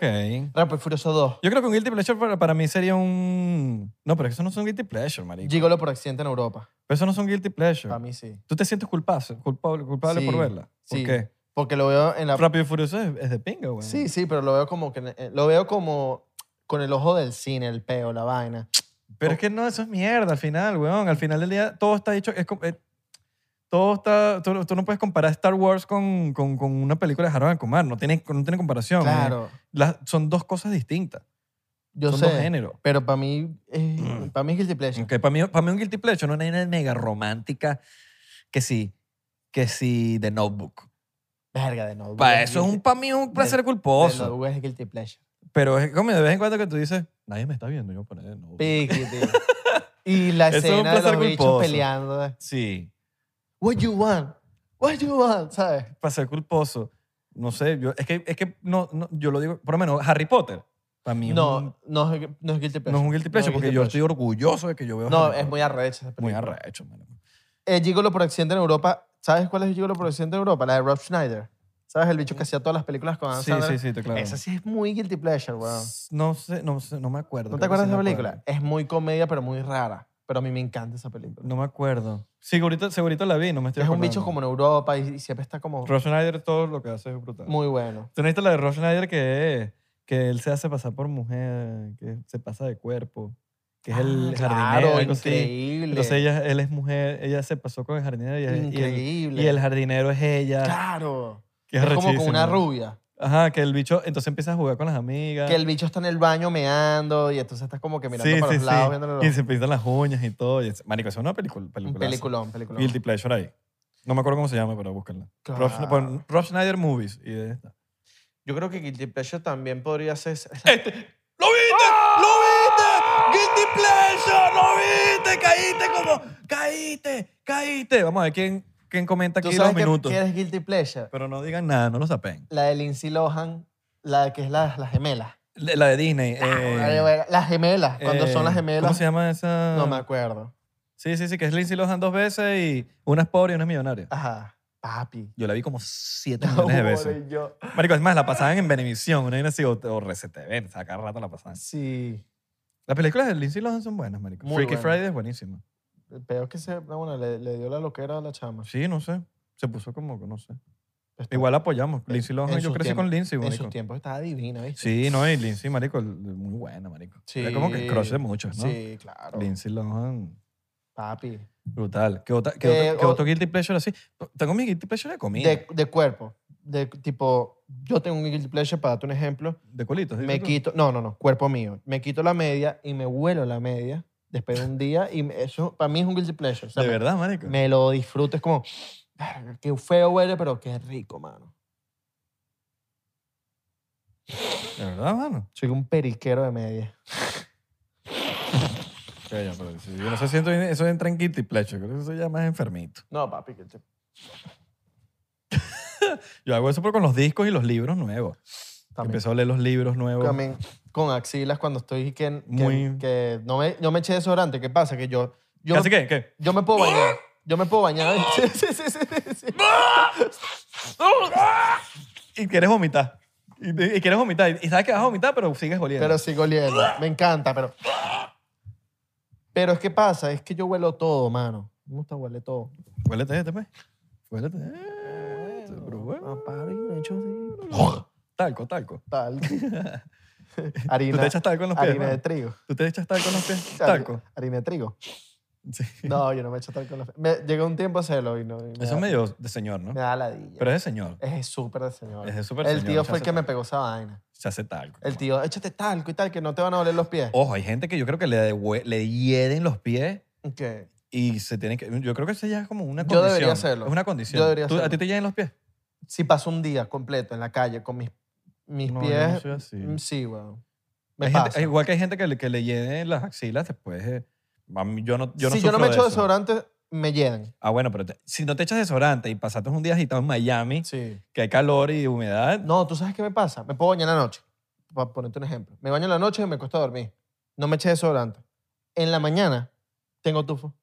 Speaker 2: Ok.
Speaker 1: Rápido y Furioso 2.
Speaker 2: Yo creo que un guilty pleasure para, para mí sería un... No, pero eso no es un guilty pleasure, marico.
Speaker 1: Gigolo por accidente en Europa.
Speaker 2: Pero eso no es un guilty pleasure.
Speaker 1: Para mí sí.
Speaker 2: ¿Tú te sientes culpazo- culpable, culpable
Speaker 1: Sí,
Speaker 2: por verla? ¿Por
Speaker 1: sí.
Speaker 2: qué?
Speaker 1: Porque lo veo en la...
Speaker 2: Rápido y Furioso es, es de pinga, weón.
Speaker 1: Sí, sí, pero lo veo como que... eh, Lo veo como con el ojo del cine, el peo, la vaina. Oh.
Speaker 2: Pero es que no, eso es mierda al final, weón. Al final del día todo está hecho... Es, como- eh, todo está... Tú, tú no puedes comparar Star Wars con, con, con una película de Harold Kumar. No tiene, no tiene comparación.
Speaker 1: Claro.
Speaker 2: Las- son dos cosas distintas.
Speaker 1: Yo
Speaker 2: son dos
Speaker 1: sé.
Speaker 2: géneros.
Speaker 1: Pero para mí, es,
Speaker 2: Mm.
Speaker 1: para mí es guilty pleasure.
Speaker 2: para mí, para mí un guilty pleasure no es una mega romántica que sí, que sí, de notebook.
Speaker 1: Verga, de nuevo.
Speaker 2: Para eso es un, para mí un placer
Speaker 1: De
Speaker 2: culposo.
Speaker 1: nuevo es guilty pleasure.
Speaker 2: Pero es como de vez en cuando que tú dices, nadie me está viendo, yo voy a poner de notebook.
Speaker 1: Piqui, tío. Y la
Speaker 2: Eso es un
Speaker 1: escena de los
Speaker 2: placer
Speaker 1: bichos
Speaker 2: culposo.
Speaker 1: peleando. eh,
Speaker 2: Sí,
Speaker 1: What you want? What you want? ¿Sabes?
Speaker 2: placer culposo. No sé, yo, es que, es que no, no, yo lo digo, por lo menos Harry Potter, para mí es un-
Speaker 1: No, no es, no es guilty pleasure.
Speaker 2: no es un guilty
Speaker 1: No
Speaker 2: pleasure,
Speaker 1: es
Speaker 2: porque
Speaker 1: guilty
Speaker 2: yo
Speaker 1: pleasure.
Speaker 2: estoy orgulloso de que yo veo
Speaker 1: No,
Speaker 2: Harry
Speaker 1: es
Speaker 2: Potter.
Speaker 1: muy arrecha esa
Speaker 2: Muy
Speaker 1: película.
Speaker 2: arrecho, mano.
Speaker 1: Eh, Gigolo por accidente en Europa. ¿Sabes cuál es Gigolo por accidente en Europa? La de Rob Schneider. ¿Sabes? El bicho que hacía todas las películas con Adam
Speaker 2: Mm. Sí,
Speaker 1: Sandler.
Speaker 2: sí, sí, te claro.
Speaker 1: Esa sí es muy guilty pleasure, weón.
Speaker 2: No sé, no sé, no me acuerdo.
Speaker 1: ¿No te
Speaker 2: creo que
Speaker 1: acuerdas
Speaker 2: sí
Speaker 1: de esa
Speaker 2: me
Speaker 1: película?
Speaker 2: acuerdo.
Speaker 1: Es muy comedia, pero muy rara. Pero a mí me encanta esa película.
Speaker 2: No me acuerdo. Segurito, segurito la vi, no me estoy
Speaker 1: es un
Speaker 2: acordando.
Speaker 1: bicho como en Europa y, y siempre está como
Speaker 2: Rob Schneider todo lo que hace es brutal.
Speaker 1: muy bueno.
Speaker 2: ¿Tú no viste la de Rob Schneider que, que él se hace pasar por mujer, que se pasa de cuerpo, que es el
Speaker 1: Ah,
Speaker 2: jardinero, algo así?
Speaker 1: increíble.
Speaker 2: Entonces ella, él es mujer, ella se pasó con el jardinero y, es- y el,
Speaker 1: increíble.
Speaker 2: y el jardinero es ella.
Speaker 1: Claro.
Speaker 2: que
Speaker 1: Es como con una
Speaker 2: arrechísimo.
Speaker 1: rubia.
Speaker 2: Ajá, que el bicho entonces empieza a jugar con las amigas.
Speaker 1: Que el bicho está en el baño meando y entonces estás como que mirando
Speaker 2: Sí,
Speaker 1: para
Speaker 2: sí,
Speaker 1: los lados,
Speaker 2: sí.
Speaker 1: viéndole
Speaker 2: Y
Speaker 1: los...
Speaker 2: se pintan las uñas y todo. y es- marico, eso es una película.
Speaker 1: Un
Speaker 2: peliculaza.
Speaker 1: peliculón, peliculón.
Speaker 2: Guilty pues, Pleasure ahí. No me acuerdo cómo se llama, pero búscala. Rob, Schne-
Speaker 1: Claro.
Speaker 2: pon Rob Schneider Movies. Y de esta.
Speaker 1: Yo creo que Guilty Pleasure también podría ser...
Speaker 2: ¡Lo viste! ¡Lo viste! ¡Guilty Pleasure! ¡Lo viste! ¡Caíste como! ¡Caíste! ¡Caíste! Vamos a ver quién, quién comenta
Speaker 1: ¿Tú
Speaker 2: aquí
Speaker 1: sabes
Speaker 2: los
Speaker 1: que,
Speaker 2: minutos.
Speaker 1: que eres Guilty Pleasure?
Speaker 2: Pero no digan nada, no lo sapen.
Speaker 1: La de Lindsay Lohan, la que es la- las gemelas.
Speaker 2: La la de Disney.
Speaker 1: Ah,
Speaker 2: eh,
Speaker 1: las gemelas, cuando son las
Speaker 2: eh, ¿Cómo
Speaker 1: gemelas.
Speaker 2: se llama esa?
Speaker 1: No me acuerdo.
Speaker 2: Sí, sí, sí, que es Lindsay Lohan dos veces y una es pobre y una es millonaria.
Speaker 1: Ajá. Papi.
Speaker 2: Yo la vi como siete millones de veces.
Speaker 1: Pobre yo.
Speaker 2: Marico, es más, la pasaban en Benevisión, una vaina así, o, o RCTV, o sea, cada rato la pasaban.
Speaker 1: Sí.
Speaker 2: Las películas de Lindsay Lohan son buenas, marico.
Speaker 1: Muy
Speaker 2: Freaky
Speaker 1: buenas.
Speaker 2: Friday es buenísima.
Speaker 1: El peor es que se... no, bueno, le, le dio la loquera a la chama.
Speaker 2: Sí, no sé. Se puso como, que no sé.
Speaker 1: Está-
Speaker 2: Igual apoyamos. Lindsay
Speaker 1: en
Speaker 2: Lohan, yo
Speaker 1: sus
Speaker 2: crecí con
Speaker 1: tiempos-
Speaker 2: Lindsay,
Speaker 1: En
Speaker 2: marico.
Speaker 1: sus tiempos estaba divina, ¿viste?
Speaker 2: Sí, no, y Lindsay, marico, l- muy buena, marico.
Speaker 1: Sí.
Speaker 2: Era como que el crush de muchos, ¿no?
Speaker 1: Sí, claro.
Speaker 2: Lindsay Lohan,
Speaker 1: Papi.
Speaker 2: brutal. ¿Qué, otra- qué
Speaker 1: Eh,
Speaker 2: otro, qué
Speaker 1: o-
Speaker 2: otro guilty pleasure así? Tengo mi guilty pleasure de comida.
Speaker 1: De,
Speaker 2: De,
Speaker 1: de cuerpo. De tipo, yo tengo un guilty pleasure, para darte un ejemplo.
Speaker 2: colitos. ¿sí?
Speaker 1: Me quito, no, no, no, cuerpo mío. Me quito la media y me vuelo la media después de un día y me- eso para mí es un guilty pleasure. O sea,
Speaker 2: De
Speaker 1: me-
Speaker 2: verdad, marico.
Speaker 1: Me lo disfruto. Es como, "Verga, qué feo huele, pero qué rico, mano.
Speaker 2: De verdad, mano.
Speaker 1: Soy un periquero de media.
Speaker 2: Ya, ya, pero si yo no sé si eso- eso entra en guilty pleasure. Creo que eso ya más enfermito.
Speaker 1: No, papi, que te-
Speaker 2: Yo hago eso por- con los discos y los libros nuevos.
Speaker 1: también.
Speaker 2: Empezó a leer los libros nuevos.
Speaker 1: También con axilas cuando estoy que, que,
Speaker 2: Muy-
Speaker 1: que no, me, no me eché desodorante. ¿Qué pasa? Que yo, yo,
Speaker 2: ¿Casi
Speaker 1: me,
Speaker 2: que? ¿Qué?
Speaker 1: yo me puedo bañar. Yo me puedo bañar. Sí, sí, sí, sí, sí, sí.
Speaker 2: Y quieres vomitar. Y, y quieres vomitar. Y sabes que vas a vomitar, pero sigues oliendo.
Speaker 1: Pero sigo oliendo. Me encanta, pero. Pero es que pasa, es que yo huelo todo, mano. Me gusta huele todo.
Speaker 2: Huélete este, pues. Huélete. este, Pero bueno.
Speaker 1: Papá, me echo así.
Speaker 2: Talco, talco.
Speaker 1: Tal.
Speaker 2: Tú
Speaker 1: harina.
Speaker 2: te echas talco en los pies.
Speaker 1: harina de
Speaker 2: mano?
Speaker 1: trigo.
Speaker 2: Tú te echas talco en los pies.
Speaker 1: Har-
Speaker 2: Talco.
Speaker 1: Harina de trigo.
Speaker 2: Sí.
Speaker 1: No, yo no me echo tal con la fe. Me, llega un tiempo a hacerlo y no. y me
Speaker 2: Eso
Speaker 1: da-
Speaker 2: es medio de señor, ¿no?
Speaker 1: Me da ladilla.
Speaker 2: Pero es de señor.
Speaker 1: es súper de señor.
Speaker 2: Es de súper
Speaker 1: El
Speaker 2: señor,
Speaker 1: tío
Speaker 2: se
Speaker 1: fue el
Speaker 2: hace
Speaker 1: que me
Speaker 2: talco.
Speaker 1: pegó esa vaina.
Speaker 2: Se hace talco. pues.
Speaker 1: El tío, échate talco y tal, que no te van a doler los pies.
Speaker 2: Ojo, hay gente que yo creo que le, dehue- le hieden los pies
Speaker 1: ¿Qué?
Speaker 2: y se tienen que... Yo creo que eso ya es como una
Speaker 1: Yo
Speaker 2: condición.
Speaker 1: debería hacerlo.
Speaker 2: Es una condición.
Speaker 1: Yo debería
Speaker 2: ¿Tú- ¿A
Speaker 1: hacerlo.
Speaker 2: ti te hieden los pies?
Speaker 1: Si paso un día completo en la calle con mis, mis
Speaker 2: No, yo no
Speaker 1: pies.
Speaker 2: soy así.
Speaker 1: mm, sí, weón. Me
Speaker 2: Hay gente-
Speaker 1: pasa.
Speaker 2: igual que hay gente que le, que le hieden las axilas después. eh, a mí- yo no, yo no
Speaker 1: si yo no
Speaker 2: sufro
Speaker 1: me
Speaker 2: de
Speaker 1: echo
Speaker 2: eso.
Speaker 1: desodorante, me llenan.
Speaker 2: Ah, bueno, pero te- si no te echas desodorante y pasaste un día agitado en Miami,
Speaker 1: Sí.
Speaker 2: que hay calor y humedad,
Speaker 1: No, ¿tú sabes qué me pasa? Me puedo bañar en la noche. Para ponerte un ejemplo. Me baño en la noche y me cuesta dormir. No me eché desodorante. En la mañana tengo tufo.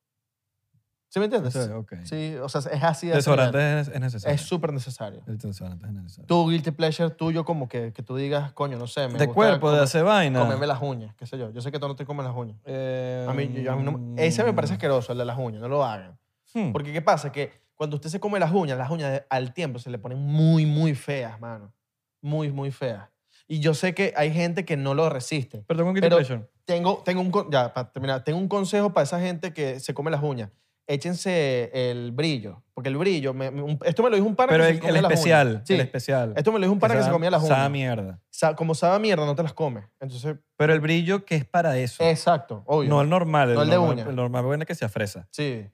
Speaker 1: ¿Sí me entiendes?
Speaker 2: entonces, ok.
Speaker 1: Sí, o sea, es así. de señal.
Speaker 2: Desodorante es, es necesario.
Speaker 1: Es súper necesario.
Speaker 2: El desodorante es necesario.
Speaker 1: Tu guilty pleasure tuyo como que, que tú digas, coño, no sé, me
Speaker 2: de
Speaker 1: gusta
Speaker 2: cuerpo, de
Speaker 1: comer-
Speaker 2: hacer vaina.
Speaker 1: comerme las uñas, qué sé yo. Yo sé que tú no te comes las uñas.
Speaker 2: Eh,
Speaker 1: A mí, yo- a mí no- ese me parece asqueroso, el de las uñas, no lo hagan.
Speaker 2: Hmm.
Speaker 1: Porque ¿qué pasa? Que cuando usted se come las uñas, las uñas de- al tiempo se le ponen muy, muy feas, mano. Muy, muy feas. Y yo sé que hay gente que no lo resiste.
Speaker 2: Perdón, con
Speaker 1: pero-
Speaker 2: Pleasure.
Speaker 1: Tengo, tengo, un, con- ya, para terminar, tengo un consejo para esa gente que se come las uñas. Échense el brillo. Porque el brillo, me- me- un- esto me lo dijo un pana
Speaker 2: Pero
Speaker 1: que se
Speaker 2: el, el
Speaker 1: comía las uñas.
Speaker 2: especial,
Speaker 1: Sí,
Speaker 2: el especial.
Speaker 1: Esto me lo dijo un pana que se
Speaker 2: Esa-
Speaker 1: comía las
Speaker 2: esa
Speaker 1: uñas.
Speaker 2: mierda.
Speaker 1: Sa- como sabe a mierda, no te las comes. Entonces,
Speaker 2: Pero el brillo que es para eso.
Speaker 1: exacto, obvio.
Speaker 2: no el normal.
Speaker 1: No el de
Speaker 2: normal-
Speaker 1: uña.
Speaker 2: El normal bueno es que se afresa.
Speaker 1: Sí,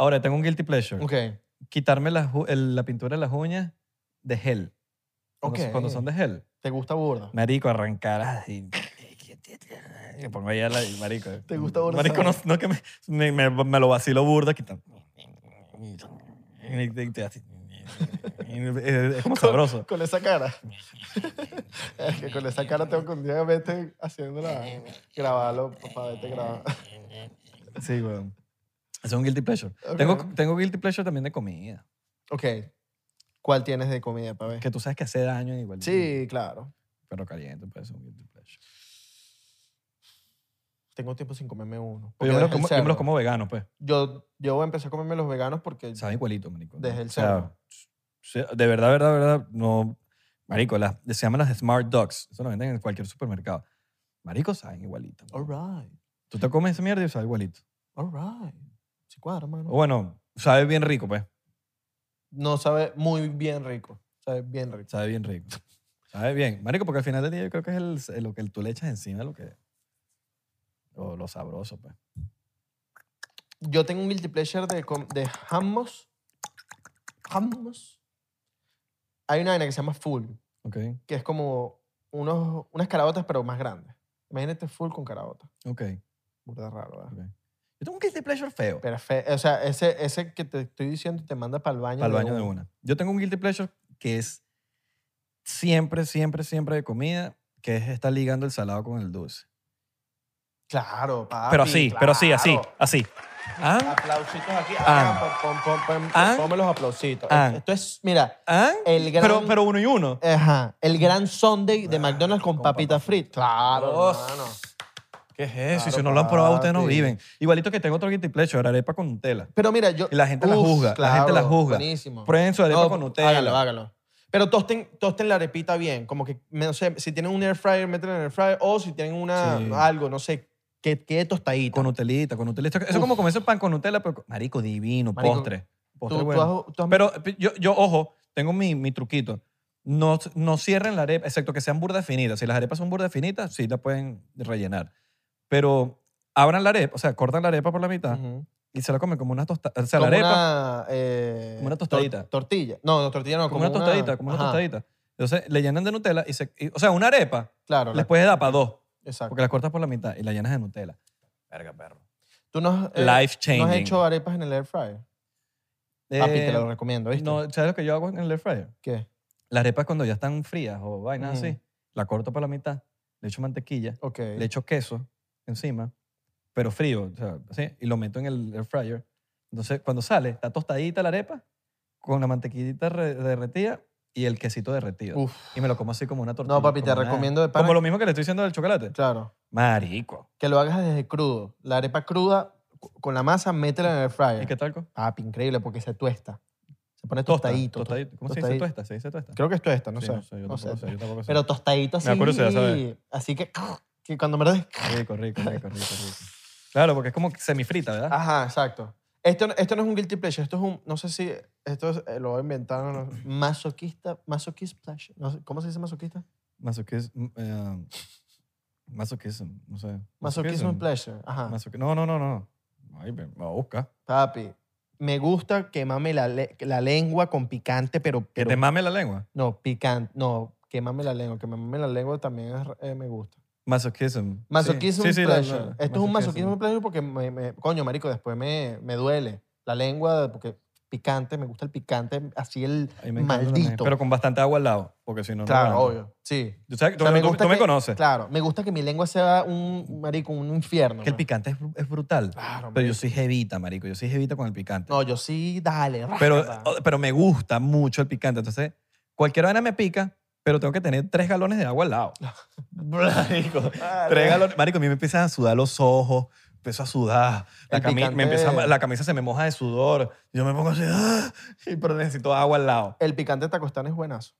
Speaker 2: Ahora, tengo un guilty pleasure.
Speaker 1: ok.
Speaker 2: Quitarme las ju- el- la pintura de las uñas de gel. Cuando,
Speaker 1: Ok.
Speaker 2: cuando son de gel.
Speaker 1: ¿Te gusta burda?
Speaker 2: Marico, arrancar así. Me pongo ahí a la marico.
Speaker 1: ¿Te gusta burda
Speaker 2: Marico, no,
Speaker 1: esa
Speaker 2: no que me, me, me- me lo vacilo burda, quita. Y te hace- Es es como sabroso.
Speaker 1: Con esa cara. es que con esa cara tengo que un día verte haciendo la... Grabarlo, papá, vete grabando.
Speaker 2: Sí, weón. Es un guilty pleasure.
Speaker 1: Ok.
Speaker 2: Tengo, tengo guilty pleasure también de comida.
Speaker 1: ok. ¿Cuál tienes de comida para ver?
Speaker 2: Que tú sabes que hace daño igual.
Speaker 1: Sí, claro.
Speaker 2: Pero caliente puede ser un guilty pleasure.
Speaker 1: Tengo tiempo sin comerme uno.
Speaker 2: Pero
Speaker 1: porque
Speaker 2: yo me, los
Speaker 1: dejé el
Speaker 2: como, yo me los
Speaker 1: cerdo.
Speaker 2: como veganos, pues.
Speaker 1: Yo, yo empecé a comerme los veganos porque...
Speaker 2: Saben igualito, marico.
Speaker 1: Desde el
Speaker 2: O sea,
Speaker 1: cerdo.
Speaker 2: se- de verdad, verdad, verdad, no. Marico, las, se llaman las Smart Dogs. Eso lo venden en cualquier supermercado. Marico, saben igualito.
Speaker 1: All right,
Speaker 2: Tú te comes esa mierda y sabe igualito.
Speaker 1: all right. Sí, cuadra, mano.
Speaker 2: O bueno, sabe bien rico, pues.
Speaker 1: No sabe muy bien rico. Sabe bien rico.
Speaker 2: Sabe bien rico. Sabe bien. Marico, porque al final del día yo creo que es el, el- lo que tú le echas encima lo que. Lo, lo sabroso, pues.
Speaker 1: Yo tengo un guilty pleasure de, com- de hummus. Hummus. Hay una vaina que se llama full,
Speaker 2: Ok,
Speaker 1: que es como unos, unas carabotas, pero más grandes. Imagínate full con carabotas.
Speaker 2: ok.
Speaker 1: Burda raro, ¿verdad?
Speaker 2: Ok. Yo tengo un guilty pleasure feo.
Speaker 1: Pero fe- o sea, ese, ese que te estoy diciendo te manda para el baño.
Speaker 2: Para el baño de una. Yo tengo un guilty pleasure que es siempre, siempre, siempre de comida, que es estar ligando el salado con el dulce.
Speaker 1: Claro, papi,
Speaker 2: Pero así, pero así, así,
Speaker 1: claro.
Speaker 2: así. ¿Ah?
Speaker 1: Aplausitos aquí.
Speaker 2: Ah.
Speaker 1: acá, pon- pon- pon-
Speaker 2: Ah.
Speaker 1: Ponme los aplausitos.
Speaker 2: Ah.
Speaker 1: Esto es, mira,
Speaker 2: ¿Ah?
Speaker 1: el gran...
Speaker 2: Pero, pero uno y uno.
Speaker 1: Ajá, el gran Sunday de McDonald's con,
Speaker 2: con
Speaker 1: papitas
Speaker 2: papas
Speaker 1: fritas. Claro,
Speaker 2: Dios.
Speaker 1: hermano.
Speaker 2: ¿Qué es eso? Y
Speaker 1: Claro,
Speaker 2: si no lo han probado, ustedes no
Speaker 1: papi.
Speaker 2: viven. Igualito que tengo otro guilty pleasure, arepa con Nutella.
Speaker 1: Pero mira, yo.
Speaker 2: Y la gente la juzga, la gente la juzga.
Speaker 1: Buenísimo.
Speaker 2: Prueben su arepa
Speaker 1: No,
Speaker 2: con Nutella.
Speaker 1: Hágalo, hágalo. Pero tosten, tosten la arepita bien. Como que, no sé, si tienen un air fryer, métela en el air fryer. O si tienen una,
Speaker 2: Sí.
Speaker 1: algo, no sé, que quede tostadita.
Speaker 2: Con Nutelita, con Nutella. Eso es
Speaker 1: Uf.
Speaker 2: como comer ese pan con Nutella, pero con- marico divino,
Speaker 1: Marico,
Speaker 2: postre.
Speaker 1: Tú-
Speaker 2: Postre
Speaker 1: tú
Speaker 2: bueno.
Speaker 1: has- tú has-
Speaker 2: Pero pi- yo, yo, ojo, tengo mi, mi truquito. No, no cierren la arepa, excepto que sean burdas finitas. Si las arepas son burdas finitas, sí la pueden rellenar. Pero abran la arepa, o sea, cortan la arepa por la mitad
Speaker 1: Ujú.
Speaker 2: y se la comen como una tostada. O sea,
Speaker 1: Como
Speaker 2: la arepa,
Speaker 1: una, eh,
Speaker 2: como una
Speaker 1: tor-
Speaker 2: tostadita.
Speaker 1: tortilla. No, no, tortilla no.
Speaker 2: como una tostadita, como una
Speaker 1: ajá,
Speaker 2: tostadita. Entonces le llenan de Nutella y se. y- o sea, una arepa
Speaker 1: Claro, la-
Speaker 2: les puedes dar para dos,
Speaker 1: exacto.
Speaker 2: porque la cortas por la mitad y la llenas de Nutella. Verga, perro.
Speaker 1: Tú no has, eh,
Speaker 2: Life changing.
Speaker 1: no has hecho arepas en el air fryer. Papi, te lo recomiendo, ¿viste?
Speaker 2: Eh, no, ¿Sabes lo que yo hago en el air fryer?
Speaker 1: ¿Qué?
Speaker 2: Las arepas cuando ya están frías o vainas así,
Speaker 1: Ujú.
Speaker 2: la corto por la mitad, le echo mantequilla,
Speaker 1: Ok.
Speaker 2: le echo queso encima, pero frío, o sea, así, y lo meto en el air fryer. Entonces, cuando sale, está tostadita la arepa con la mantequillita re- derretida y el quesito derretido.
Speaker 1: Uf.
Speaker 2: Y me lo como así como una tortilla.
Speaker 1: No, papi, te
Speaker 2: como una-
Speaker 1: recomiendo de
Speaker 2: Como
Speaker 1: pana.
Speaker 2: lo mismo que le estoy diciendo del chocolate.
Speaker 1: Claro.
Speaker 2: Marico.
Speaker 1: Que lo hagas desde crudo. La arepa cruda, cu- con la masa, métela en el fryer.
Speaker 2: ¿Y qué tal? co?
Speaker 1: Papi, increíble, porque se tuesta. Se pone
Speaker 2: Tosta,
Speaker 1: tostadito. to-
Speaker 2: tostadito. ¿Cómo se dice
Speaker 1: tostadito.
Speaker 2: tuesta? ¿Se dice tuesta?
Speaker 1: Creo que es tuesta, no
Speaker 2: Sí,
Speaker 1: sé.
Speaker 2: No sé, yo
Speaker 1: no
Speaker 2: tampoco
Speaker 1: sé.
Speaker 2: sé. yo tampoco sé.
Speaker 1: Pero tostadito así.
Speaker 2: da curiosidad saber.
Speaker 1: Así que, que cuando me lo des,
Speaker 2: Rico, rico, rico, rico, rico. Claro, porque es como semifrita, ¿verdad?
Speaker 1: Ajá, exacto. Esto, no- esto no es un guilty pleasure, esto es un, no sé si, esto es- eh, lo voy a inventar, no, no, masoquista, masoquist pleasure, no sé, ¿cómo se dice masoquista?
Speaker 2: Masoquism. eh, masoquism, no sé.
Speaker 1: Masoquismo pleasure, ajá.
Speaker 2: Masoqui- No, no, no, no. Ay, me me va a buscar.
Speaker 1: Papi, me gusta quemarme la, le- la lengua con picante, pero...
Speaker 2: Que
Speaker 1: pero
Speaker 2: te mame la lengua.
Speaker 1: No, picante, no, quemarme la lengua, quemarme la lengua también es- eh, me gusta.
Speaker 2: Masoquism. Sí,
Speaker 1: Masoquismo
Speaker 2: sí, sí, la- la-
Speaker 1: pleasure. Esto es un masoquismo
Speaker 2: masoquism.
Speaker 1: pleasure porque, me, me- coño, marico, después me, me duele la lengua porque picante, me gusta el picante, así el...
Speaker 2: Ay, me encanta
Speaker 1: Maldito.
Speaker 2: también. Pero con bastante agua al lado, porque si no, no.
Speaker 1: claro,
Speaker 2: aguanta.
Speaker 1: obvio, sí.
Speaker 2: Tú sabes,
Speaker 1: O
Speaker 2: tú,
Speaker 1: sea,
Speaker 2: tú- tú me
Speaker 1: que-
Speaker 2: conoces.
Speaker 1: Claro, me gusta que mi lengua sea un marico, un infierno.
Speaker 2: Que el
Speaker 1: man.
Speaker 2: picante es, br- es brutal.
Speaker 1: Claro,
Speaker 2: Pero yo
Speaker 1: marico.
Speaker 2: soy jevita, marico. Yo soy jevita con el picante.
Speaker 1: No, yo sí, dale.
Speaker 2: pero,
Speaker 1: rácata.
Speaker 2: o- pero me gusta mucho el picante. Entonces, cualquier vaina me pica, pero tengo que tener tres galones de agua al lado. marico,
Speaker 1: Vale.
Speaker 2: tres galones. Marico, a mí me empiezan a sudar los ojos, empiezo a sudar. La,
Speaker 1: El
Speaker 2: cami-
Speaker 1: picante-
Speaker 2: me empieza a- la camisa se me moja de sudor. Yo me pongo así, ¡ah! Y- pero necesito agua al lado.
Speaker 1: El picante tacostán es buenazo.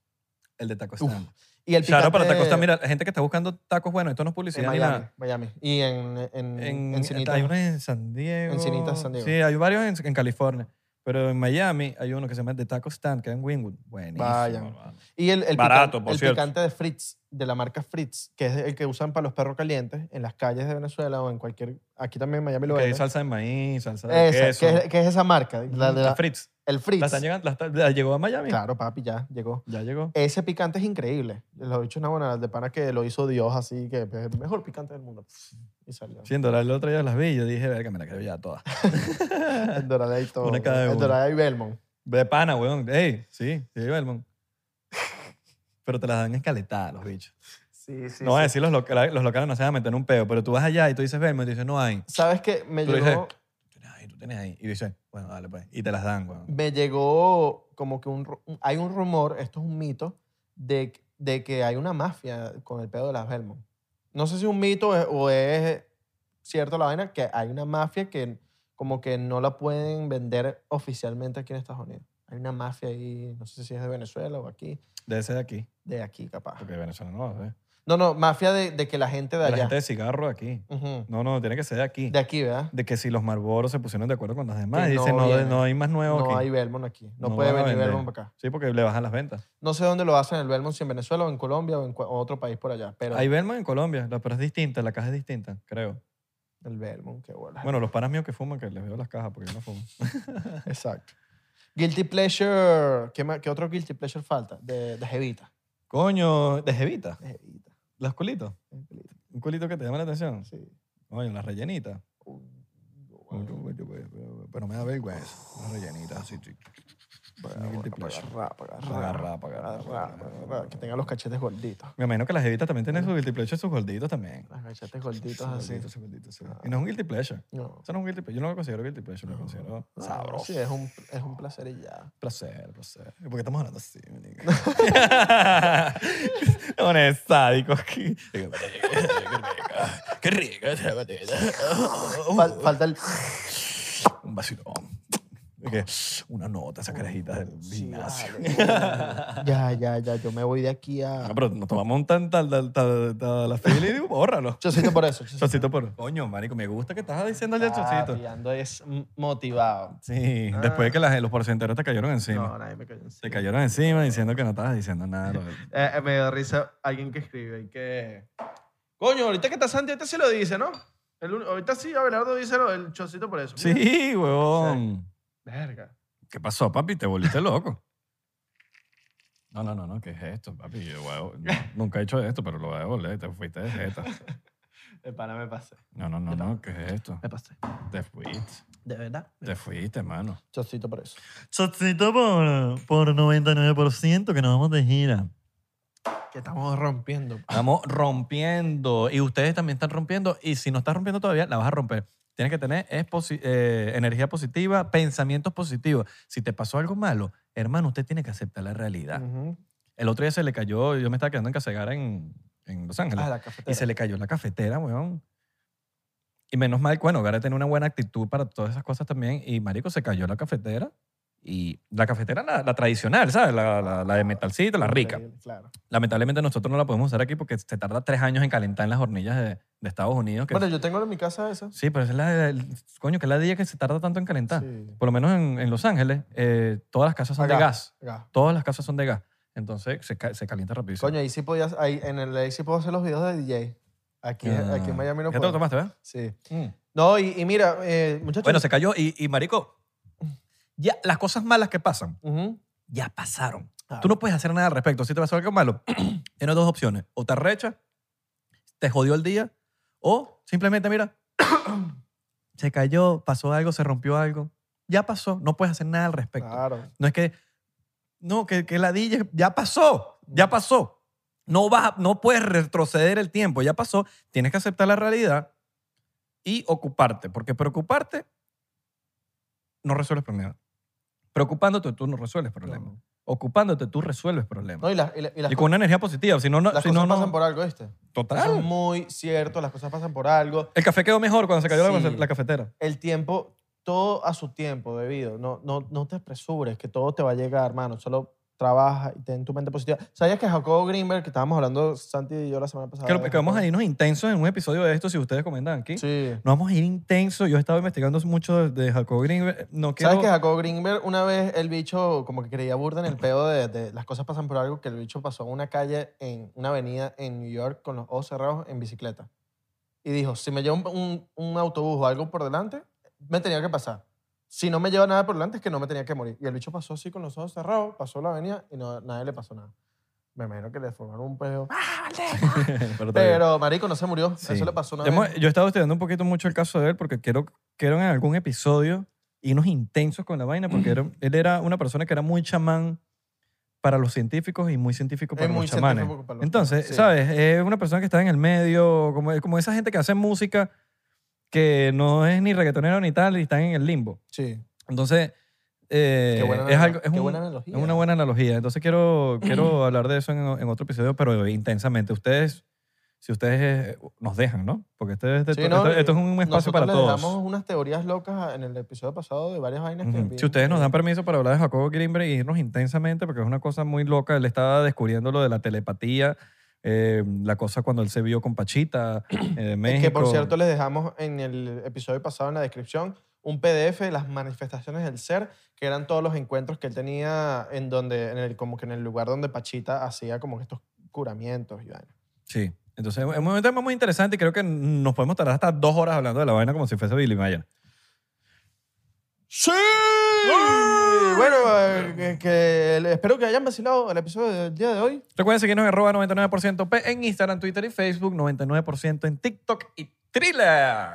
Speaker 2: El de Taco
Speaker 1: Uf.
Speaker 2: Stand.
Speaker 1: Y el picante
Speaker 2: Claro, para Taco Stand, mira, la gente que está buscando tacos, bueno, esto no es
Speaker 1: en
Speaker 2: publicidad ni
Speaker 1: Miami,
Speaker 2: nada.
Speaker 1: Miami. Y en, en,
Speaker 2: En,
Speaker 1: Encinitas.
Speaker 2: Hay uno en San Diego.
Speaker 1: Encinitas, San Diego.
Speaker 2: Sí, hay varios en, en California. Pero en Miami hay uno que se llama The Taco Stand, que es en Wynwood. Buenísimo.
Speaker 1: Vayan.
Speaker 2: hermano.
Speaker 1: Y el, el,
Speaker 2: Barato,
Speaker 1: pican-
Speaker 2: por
Speaker 1: el
Speaker 2: cierto.
Speaker 1: picante de Fritz, de la marca Fritz, que es el que usan para los perros calientes en las calles de Venezuela o en cualquier. Aquí también en Miami lo
Speaker 2: Que hay
Speaker 1: venden.
Speaker 2: salsa de maíz, salsa de
Speaker 1: Esa,
Speaker 2: queso.
Speaker 1: que, es, que es esa marca, la de la-
Speaker 2: La Fritz.
Speaker 1: el Fritz.
Speaker 2: ¿La están llegando? ¿La, está- la llegó a Miami?
Speaker 1: Claro, papi, ya llegó.
Speaker 2: Ya llegó.
Speaker 1: Ese picante es increíble. Lo he dicho una buena de pana que lo hizo Dios, así que es el mejor picante del mundo. Y salió.
Speaker 2: Siendo la el otro día las vi, yo dije, verga, me la creo ya todas.
Speaker 1: El Dorada y todo.
Speaker 2: Una cada
Speaker 1: El
Speaker 2: uno.
Speaker 1: Dorada y Belmont.
Speaker 2: de pana, weón. Ey, sí, sí, Belmont. Pero te las dan escaletadas los bichos.
Speaker 1: Sí, sí.
Speaker 2: no voy a decir los, locales, los locales no se van a meter en un peo, pero tú vas allá y tú dices Belmont y dices, no hay.
Speaker 1: ¿Sabes qué? Me
Speaker 2: Tú dices,
Speaker 1: llegó,
Speaker 2: Tú tienes ahí, tú tienes ahí. Y dices, bueno, dale pues. Y te las dan, weón.
Speaker 1: me llegó como que un, ru- un- hay un rumor, esto es un mito, de, de que hay una mafia con el pedo de las Belmont. No sé si es un mito o- o es cierto la vaina, que hay una mafia que como que no la pueden vender oficialmente aquí en Estados Unidos. Hay una mafia ahí, no sé si es de Venezuela o aquí,
Speaker 2: Debe ser de aquí,
Speaker 1: de aquí capaz.
Speaker 2: porque Venezuela no va a ser.
Speaker 1: No, no, mafia de, de que la gente de
Speaker 2: De
Speaker 1: allá.
Speaker 2: La gente de cigarro de aquí.
Speaker 1: Ujú.
Speaker 2: No, no, tiene que ser de aquí.
Speaker 1: De aquí, ¿verdad?
Speaker 2: de que si los Marlboros se pusieron de acuerdo con las demás.
Speaker 1: Que
Speaker 2: y
Speaker 1: no
Speaker 2: dicen, no,
Speaker 1: vienen.
Speaker 2: no hay más nuevo
Speaker 1: No
Speaker 2: aquí.
Speaker 1: hay Belmont aquí. No,
Speaker 2: No
Speaker 1: puede
Speaker 2: van a
Speaker 1: venir
Speaker 2: vender.
Speaker 1: Belmont para acá.
Speaker 2: Sí, porque le bajan las ventas.
Speaker 1: No sé dónde lo hacen el Belmont, si en Venezuela o en Colombia o en cua- o otro país por allá. Pero
Speaker 2: Hay Belmont en Colombia, la- pero es distinta, la caja es distinta, creo.
Speaker 1: el Belmont, qué bola.
Speaker 2: Bueno, los panas míos que fuman, que les veo las cajas porque yo no fumo.
Speaker 1: Exacto. Guilty Pleasure. ¿Qué, ma- qué otro Guilty Pleasure falta? De, de Jevita.
Speaker 2: Coño, de jevita,
Speaker 1: De Jevita.
Speaker 2: las culitos.
Speaker 1: de Jevita,
Speaker 2: Un culito que te llama la atención.
Speaker 1: Sí.
Speaker 2: Coño, las rellenitas.
Speaker 1: Uh, bueno,
Speaker 2: Pero me da vergüenza. Las rellenitas, así, sí.
Speaker 1: bueno,
Speaker 2: guilty
Speaker 1: bueno,
Speaker 2: pleasure.
Speaker 1: agarra, agarra,
Speaker 2: Agarra,
Speaker 1: agarra,
Speaker 2: agarra, agarra.
Speaker 1: agarra, Que tenga los cachetes gorditos.
Speaker 2: Me imagino que las jevitas también tienen su guilty pleasure, sus gorditos también.
Speaker 1: Los cachetes gorditos
Speaker 2: Sus
Speaker 1: así.
Speaker 2: gorditos, sus gorditos, sí.
Speaker 1: Ah.
Speaker 2: Y no es un guilty pleasure.
Speaker 1: No.
Speaker 2: Eso no es un guilty pleasure. Yo no lo considero guilty pleasure, lo considero
Speaker 1: No,
Speaker 2: sabroso.
Speaker 1: Sí, es un, es un placer y ya.
Speaker 2: Placer, placer. ¿Por qué estamos hablando así, mi nigga? Un estádico aquí.
Speaker 4: Qué rica esa batida.
Speaker 1: Fal- falta el.
Speaker 2: Un vacilón. Y que, Una nota, esa carajita del
Speaker 1: Sí,
Speaker 2: gimnasio.
Speaker 1: vale. ya, ya, ya. Yo me voy de aquí a.
Speaker 2: No, pero nos tomamos un tan tal, tal, tal, tal, la fila y digo, bórralo.
Speaker 1: Yo siento por eso. yo siento-
Speaker 2: Chocito por... Coño, marico, me gusta que estás diciéndole al
Speaker 1: Papi,
Speaker 2: chocito.
Speaker 1: ando Ah, es m- motivado.
Speaker 2: Sí, después de que las- los porcenteros te cayeron encima.
Speaker 1: Ah. No, nadie me cayó encima.
Speaker 2: Te cayeron encima diciendo que no estabas diciendo nada. lo-
Speaker 1: Eh, eh, me dio risa alguien que escribe ahí que... Coño, ahorita que está Santi, ahorita sí lo dice, ¿no? El un- ahorita sí, Abelardo dice lo- el chocito por eso. Mira.
Speaker 2: Sí, huevón.
Speaker 1: Verga.
Speaker 2: ¿Qué pasó, papi? Te volviste loco. No, no, no, no, ¿qué es esto, papi? Yo voy a devol- no, nunca he hecho esto, pero lo voy a devolver. Te fuiste de jeta.
Speaker 1: De pana me pasé.
Speaker 2: No, no, no, no, ¿qué es esto?
Speaker 1: Me pasé.
Speaker 2: Te fuiste.
Speaker 1: De verdad.
Speaker 2: Te fuiste, mano.
Speaker 1: Chocito por eso.
Speaker 2: Chocito por, por 99% que nos vamos de gira.
Speaker 1: Que estamos rompiendo.
Speaker 2: Estamos rompiendo. Y ustedes también están rompiendo. Y si no estás rompiendo todavía, la vas a romper. Tienes que tener es posi- eh, energía positiva, pensamientos positivos. Si te pasó algo malo, hermano, usted tiene que aceptar la realidad.
Speaker 1: Ujú.
Speaker 2: El otro día se le cayó, yo me estaba quedando en Casegara en, en Los Ángeles.
Speaker 1: Ah, la
Speaker 2: y
Speaker 1: cafetera.
Speaker 2: se le cayó la cafetera, weón. Y menos mal, bueno, Gara tiene una buena actitud para todas esas cosas también. Y marico, se cayó la cafetera. Y la cafetera, la, la tradicional, ¿sabes? La, la- la de metalcito, la rica.
Speaker 1: Increíble, Claro.
Speaker 2: Lamentablemente nosotros no la podemos usar aquí porque se tarda tres años en calentar en las hornillas de, de Estados Unidos. que-
Speaker 1: Bueno, yo tengo en mi casa esa.
Speaker 2: sí, pero esa es la... del- coño, que es la día que se tarda tanto en calentar.
Speaker 1: Sí.
Speaker 2: Por lo menos en, en Los Ángeles, eh, todas las casas son de
Speaker 1: Acá.
Speaker 2: gas.
Speaker 1: Acá.
Speaker 2: Todas las casas son de gas. Entonces se, ca- se calienta rapidísimo.
Speaker 1: Coño, ahí sí podías, ahí, en el, ahí sí puedo hacer los videos de DJ. Aquí,
Speaker 2: Ah.
Speaker 1: aquí en Miami no
Speaker 2: Ya te
Speaker 1: puedo.
Speaker 2: lo tomaste, eh? Mm. ¿verdad?
Speaker 1: Sí. No, y, y mira, eh, muchachos.
Speaker 2: Bueno, se cayó y, y, marico, ya las cosas malas que pasan
Speaker 1: Ujú.
Speaker 2: ya pasaron.
Speaker 1: Ah,
Speaker 2: Tú no puedes hacer nada al respecto. Si te pasó algo malo, tienes dos opciones. O te arrechas, te jodió el día, o simplemente, mira, se cayó, pasó algo, se rompió algo. Ya pasó, no puedes hacer nada al respecto.
Speaker 1: Claro.
Speaker 2: No es que, no, que, que la DJ ya pasó, ya pasó. No, vas, a- no puedes retroceder el tiempo, ya pasó. Tienes que aceptar la realidad y ocuparte, porque preocuparte no resuelves problemas. Preocupándote tú no resuelves problemas.
Speaker 1: No.
Speaker 2: Ocupándote tú resuelves problemas.
Speaker 1: No, y, las- y la- y las
Speaker 2: y
Speaker 1: co-
Speaker 2: con una energía positiva, si no, no.
Speaker 1: las
Speaker 2: si
Speaker 1: cosas
Speaker 2: no, no-
Speaker 1: pasan por algo, ¿viste? Eso es
Speaker 2: Total.
Speaker 1: muy cierto, las cosas pasan por algo.
Speaker 2: El café quedó mejor cuando se cayó la-
Speaker 1: Sí.
Speaker 2: la cafetera.
Speaker 1: El tiempo, todo a su tiempo debido. No, no, no te apresures, que todo te va a llegar, hermano. Solo trabaja y ten tu mente positiva. ¿Sabías que Jacobo Greenberg, que estábamos hablando Santi y yo la semana pasada?
Speaker 2: Que, lo-
Speaker 1: de
Speaker 2: que vamos
Speaker 1: Jacobo-
Speaker 2: a irnos intensos en un episodio de esto, si ustedes comentan aquí.
Speaker 1: Sí.
Speaker 2: Nos vamos a ir intenso. Yo he estado investigando mucho de, de Jacob Greenberg. No quiero...
Speaker 1: ¿Sabes que Jacob Greenberg una vez el bicho como que creía burda en el pedo de, de las cosas pasan por algo que el bicho pasó en una calle, en una avenida en New York con los ojos cerrados en bicicleta? Y dijo, si me lleva un, un- un autobús o algo por delante, me tenía que pasar. Si no me lleva nada por delante es que no me tenía que morir. Y el bicho pasó así con los ojos cerrados, pasó la avenida y no, nadie le pasó nada. Me imagino que le formaron un pedo.
Speaker 2: Pero está bien.
Speaker 1: Pero, marico, no se murió.
Speaker 2: Ah, Sí.
Speaker 1: Eso le pasó una
Speaker 2: Hemos-
Speaker 1: vez.
Speaker 2: Yo he estado estudiando un poquito mucho el caso de él porque quiero, quiero en algún episodio irnos intensos con la vaina porque era- él era una persona que era muy chamán para los científicos y muy científico para
Speaker 1: Es muy
Speaker 2: los chamanes.
Speaker 1: científico para los-
Speaker 2: Entonces,
Speaker 1: sí.
Speaker 2: ¿sabes? Es una persona que está en el medio, como, como esa gente que hace música que no es ni reggaetonero ni tal y están en el limbo.
Speaker 1: Sí.
Speaker 2: Entonces, eh,
Speaker 1: Qué buena
Speaker 2: es,
Speaker 1: analo-
Speaker 2: algo, es,
Speaker 1: qué
Speaker 2: un-
Speaker 1: buena analogía.
Speaker 2: es una buena analogía. Entonces quiero, quiero hablar de eso en, en otro episodio, pero intensamente. Ustedes, si ustedes eh, nos dejan, ¿no? Porque este es de
Speaker 1: Sí,
Speaker 2: to-
Speaker 1: no,
Speaker 2: esto,
Speaker 1: y
Speaker 2: esto es un espacio
Speaker 1: Nosotros
Speaker 2: para
Speaker 1: le dejamos
Speaker 2: todos.
Speaker 1: unas teorías locas en el episodio pasado de varias vainas que
Speaker 2: Ujú.
Speaker 1: vi.
Speaker 2: Si ustedes nos dan permiso para hablar de Jacobo Greenberg y irnos intensamente, porque es una cosa muy loca. Él estaba descubriendo lo de la telepatía, eh, la cosa cuando él se vio con Pachita eh, de México.
Speaker 1: Que por cierto les dejamos en el episodio pasado en la descripción un PDF de las manifestaciones del ser, que eran todos los encuentros que él tenía en donde, en el, como que en el lugar donde Pachita hacía como que estos curamientos y vainas.
Speaker 2: Sí. Entonces, es un tema muy interesante y creo que nos podemos tardar hasta dos horas hablando de la vaina como si fuese Billy Mayer.
Speaker 1: ¡Sí! Bueno, eh, que, que- espero que hayan vacilado el episodio del día de hoy.
Speaker 2: Recuerden seguirnos en arroba 99% P en Instagram, Twitter y Facebook, 99% en TikTok y Thriller.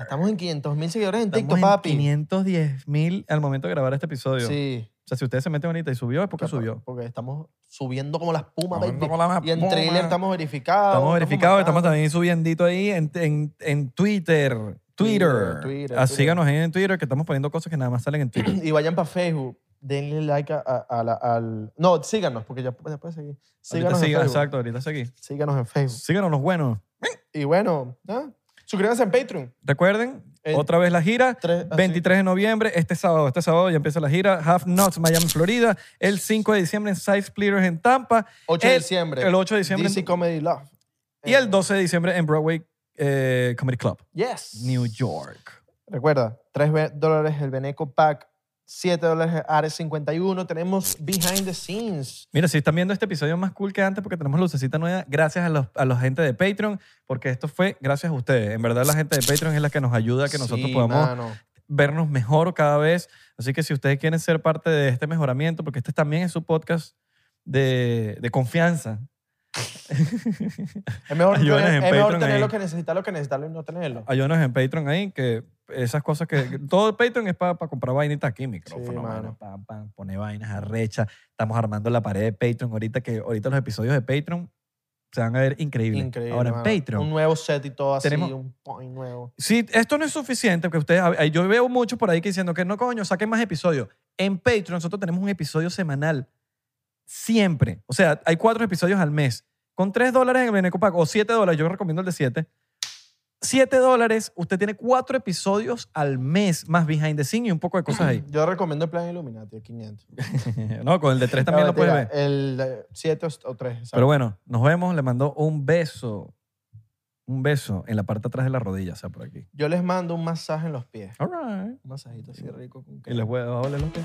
Speaker 1: Estamos en 500 mil seguidores en
Speaker 2: Estamos
Speaker 1: TikTok,
Speaker 2: en
Speaker 1: papi.
Speaker 2: 510 mil al momento de grabar este episodio.
Speaker 1: Sí.
Speaker 2: O sea, si ustedes se meten ahorita y subió, es porque subió.
Speaker 1: Porque estamos subiendo como la espuma,
Speaker 2: Subiendo
Speaker 1: baby.
Speaker 2: como la
Speaker 1: Y en
Speaker 2: espuma.
Speaker 1: trailer estamos verificados.
Speaker 2: Estamos verificados, estamos
Speaker 1: matando.
Speaker 2: también subiendo ahí en, en, en Twitter. Twitter.
Speaker 1: Twitter, Twitter,
Speaker 2: Ah,
Speaker 1: Twitter.
Speaker 2: Síganos ahí en Twitter que estamos poniendo cosas que nada más salen en Twitter.
Speaker 1: Y vayan para Facebook. Denle like a, a- a la- al. No, síganos, porque ya, ya puedes seguir.
Speaker 2: Ahorita
Speaker 1: Síganos en
Speaker 2: siga-
Speaker 1: Facebook.
Speaker 2: exacto, ahorita seguí.
Speaker 1: Síganos en Facebook.
Speaker 2: Síganos los buenos.
Speaker 1: Y bueno, ¿no? suscríbanse en Patreon.
Speaker 2: Recuerden,
Speaker 1: Eh,
Speaker 2: otra vez la gira.
Speaker 1: Tres- así.
Speaker 2: 23 de noviembre, este sábado, este sábado ya empieza la gira Half Nuts, Miami, Florida. El 5 de diciembre en Side Splitters en Tampa.
Speaker 1: 8 de
Speaker 2: El-
Speaker 1: diciembre.
Speaker 2: el 8 de diciembre.
Speaker 1: DC Comedy Love. Eh,
Speaker 2: Y el 12 de diciembre en Broadway eh, Comedy Club,
Speaker 1: Yes.
Speaker 2: New York.
Speaker 1: Recuerda, 3 ve- dólares el Beneco Pack, 7 dólares el Ares 51. Tenemos Behind the Scenes.
Speaker 2: Mira, si están viendo este episodio más cool que antes porque tenemos lucecita nueva, gracias a los, a la gente de Patreon, porque esto fue gracias a ustedes. En verdad, la gente de Patreon es la que nos ayuda a que nosotros
Speaker 1: Sí,
Speaker 2: podamos
Speaker 1: mano.
Speaker 2: vernos mejor cada vez. Así que si ustedes quieren ser parte de este mejoramiento, porque este también es su podcast de, de confianza.
Speaker 1: Es mejor,
Speaker 2: Ayúdanos
Speaker 1: tener-
Speaker 2: en
Speaker 1: es mejor
Speaker 2: Patreon
Speaker 1: tener
Speaker 2: ahí.
Speaker 1: lo que necesitar, lo que necesitarlo y no tenerlo.
Speaker 2: Ayúdanos en Patreon ahí, que esas cosas que... que Todo el Patreon es para comprar vainitas aquí, micrófono,
Speaker 1: mano.
Speaker 2: vaina, pam, pam, poner vainas arrechas. Estamos armando la pared de Patreon ahorita, que ahorita los episodios de Patreon se van a ver increíbles.
Speaker 1: Increíble.
Speaker 2: Ahora
Speaker 1: mano.
Speaker 2: en Patreon.
Speaker 1: Un nuevo set y todo así,
Speaker 2: Tenemos-
Speaker 1: un point nuevo.
Speaker 2: Si esto no es suficiente, que ustedes, a- yo veo muchos por ahí que diciendo que no, coño, saquen más episodios. En Patreon nosotros tenemos un episodio semanal. Siempre. O sea, hay cuatro episodios al mes. Con tres dólares en el Beneco Pack o siete dólares, yo recomiendo el de siete. 7 dólares, usted tiene cuatro episodios al mes, más behind the scene y un poco de cosas ahí.
Speaker 1: Yo recomiendo el plan Illuminati, el 500.
Speaker 2: no, con el de 3 también
Speaker 1: No,
Speaker 2: lo puedes ver.
Speaker 1: mentira, El 7 o 3.
Speaker 2: Pero bueno, nos vemos. Le mandó un beso. Un beso en la parte de atrás de la rodilla, o sea, por aquí.
Speaker 1: Yo les mando un masaje en los pies.
Speaker 2: All right.
Speaker 1: Un masajito así rico. Con
Speaker 2: Y les voy a voy a oler los pies.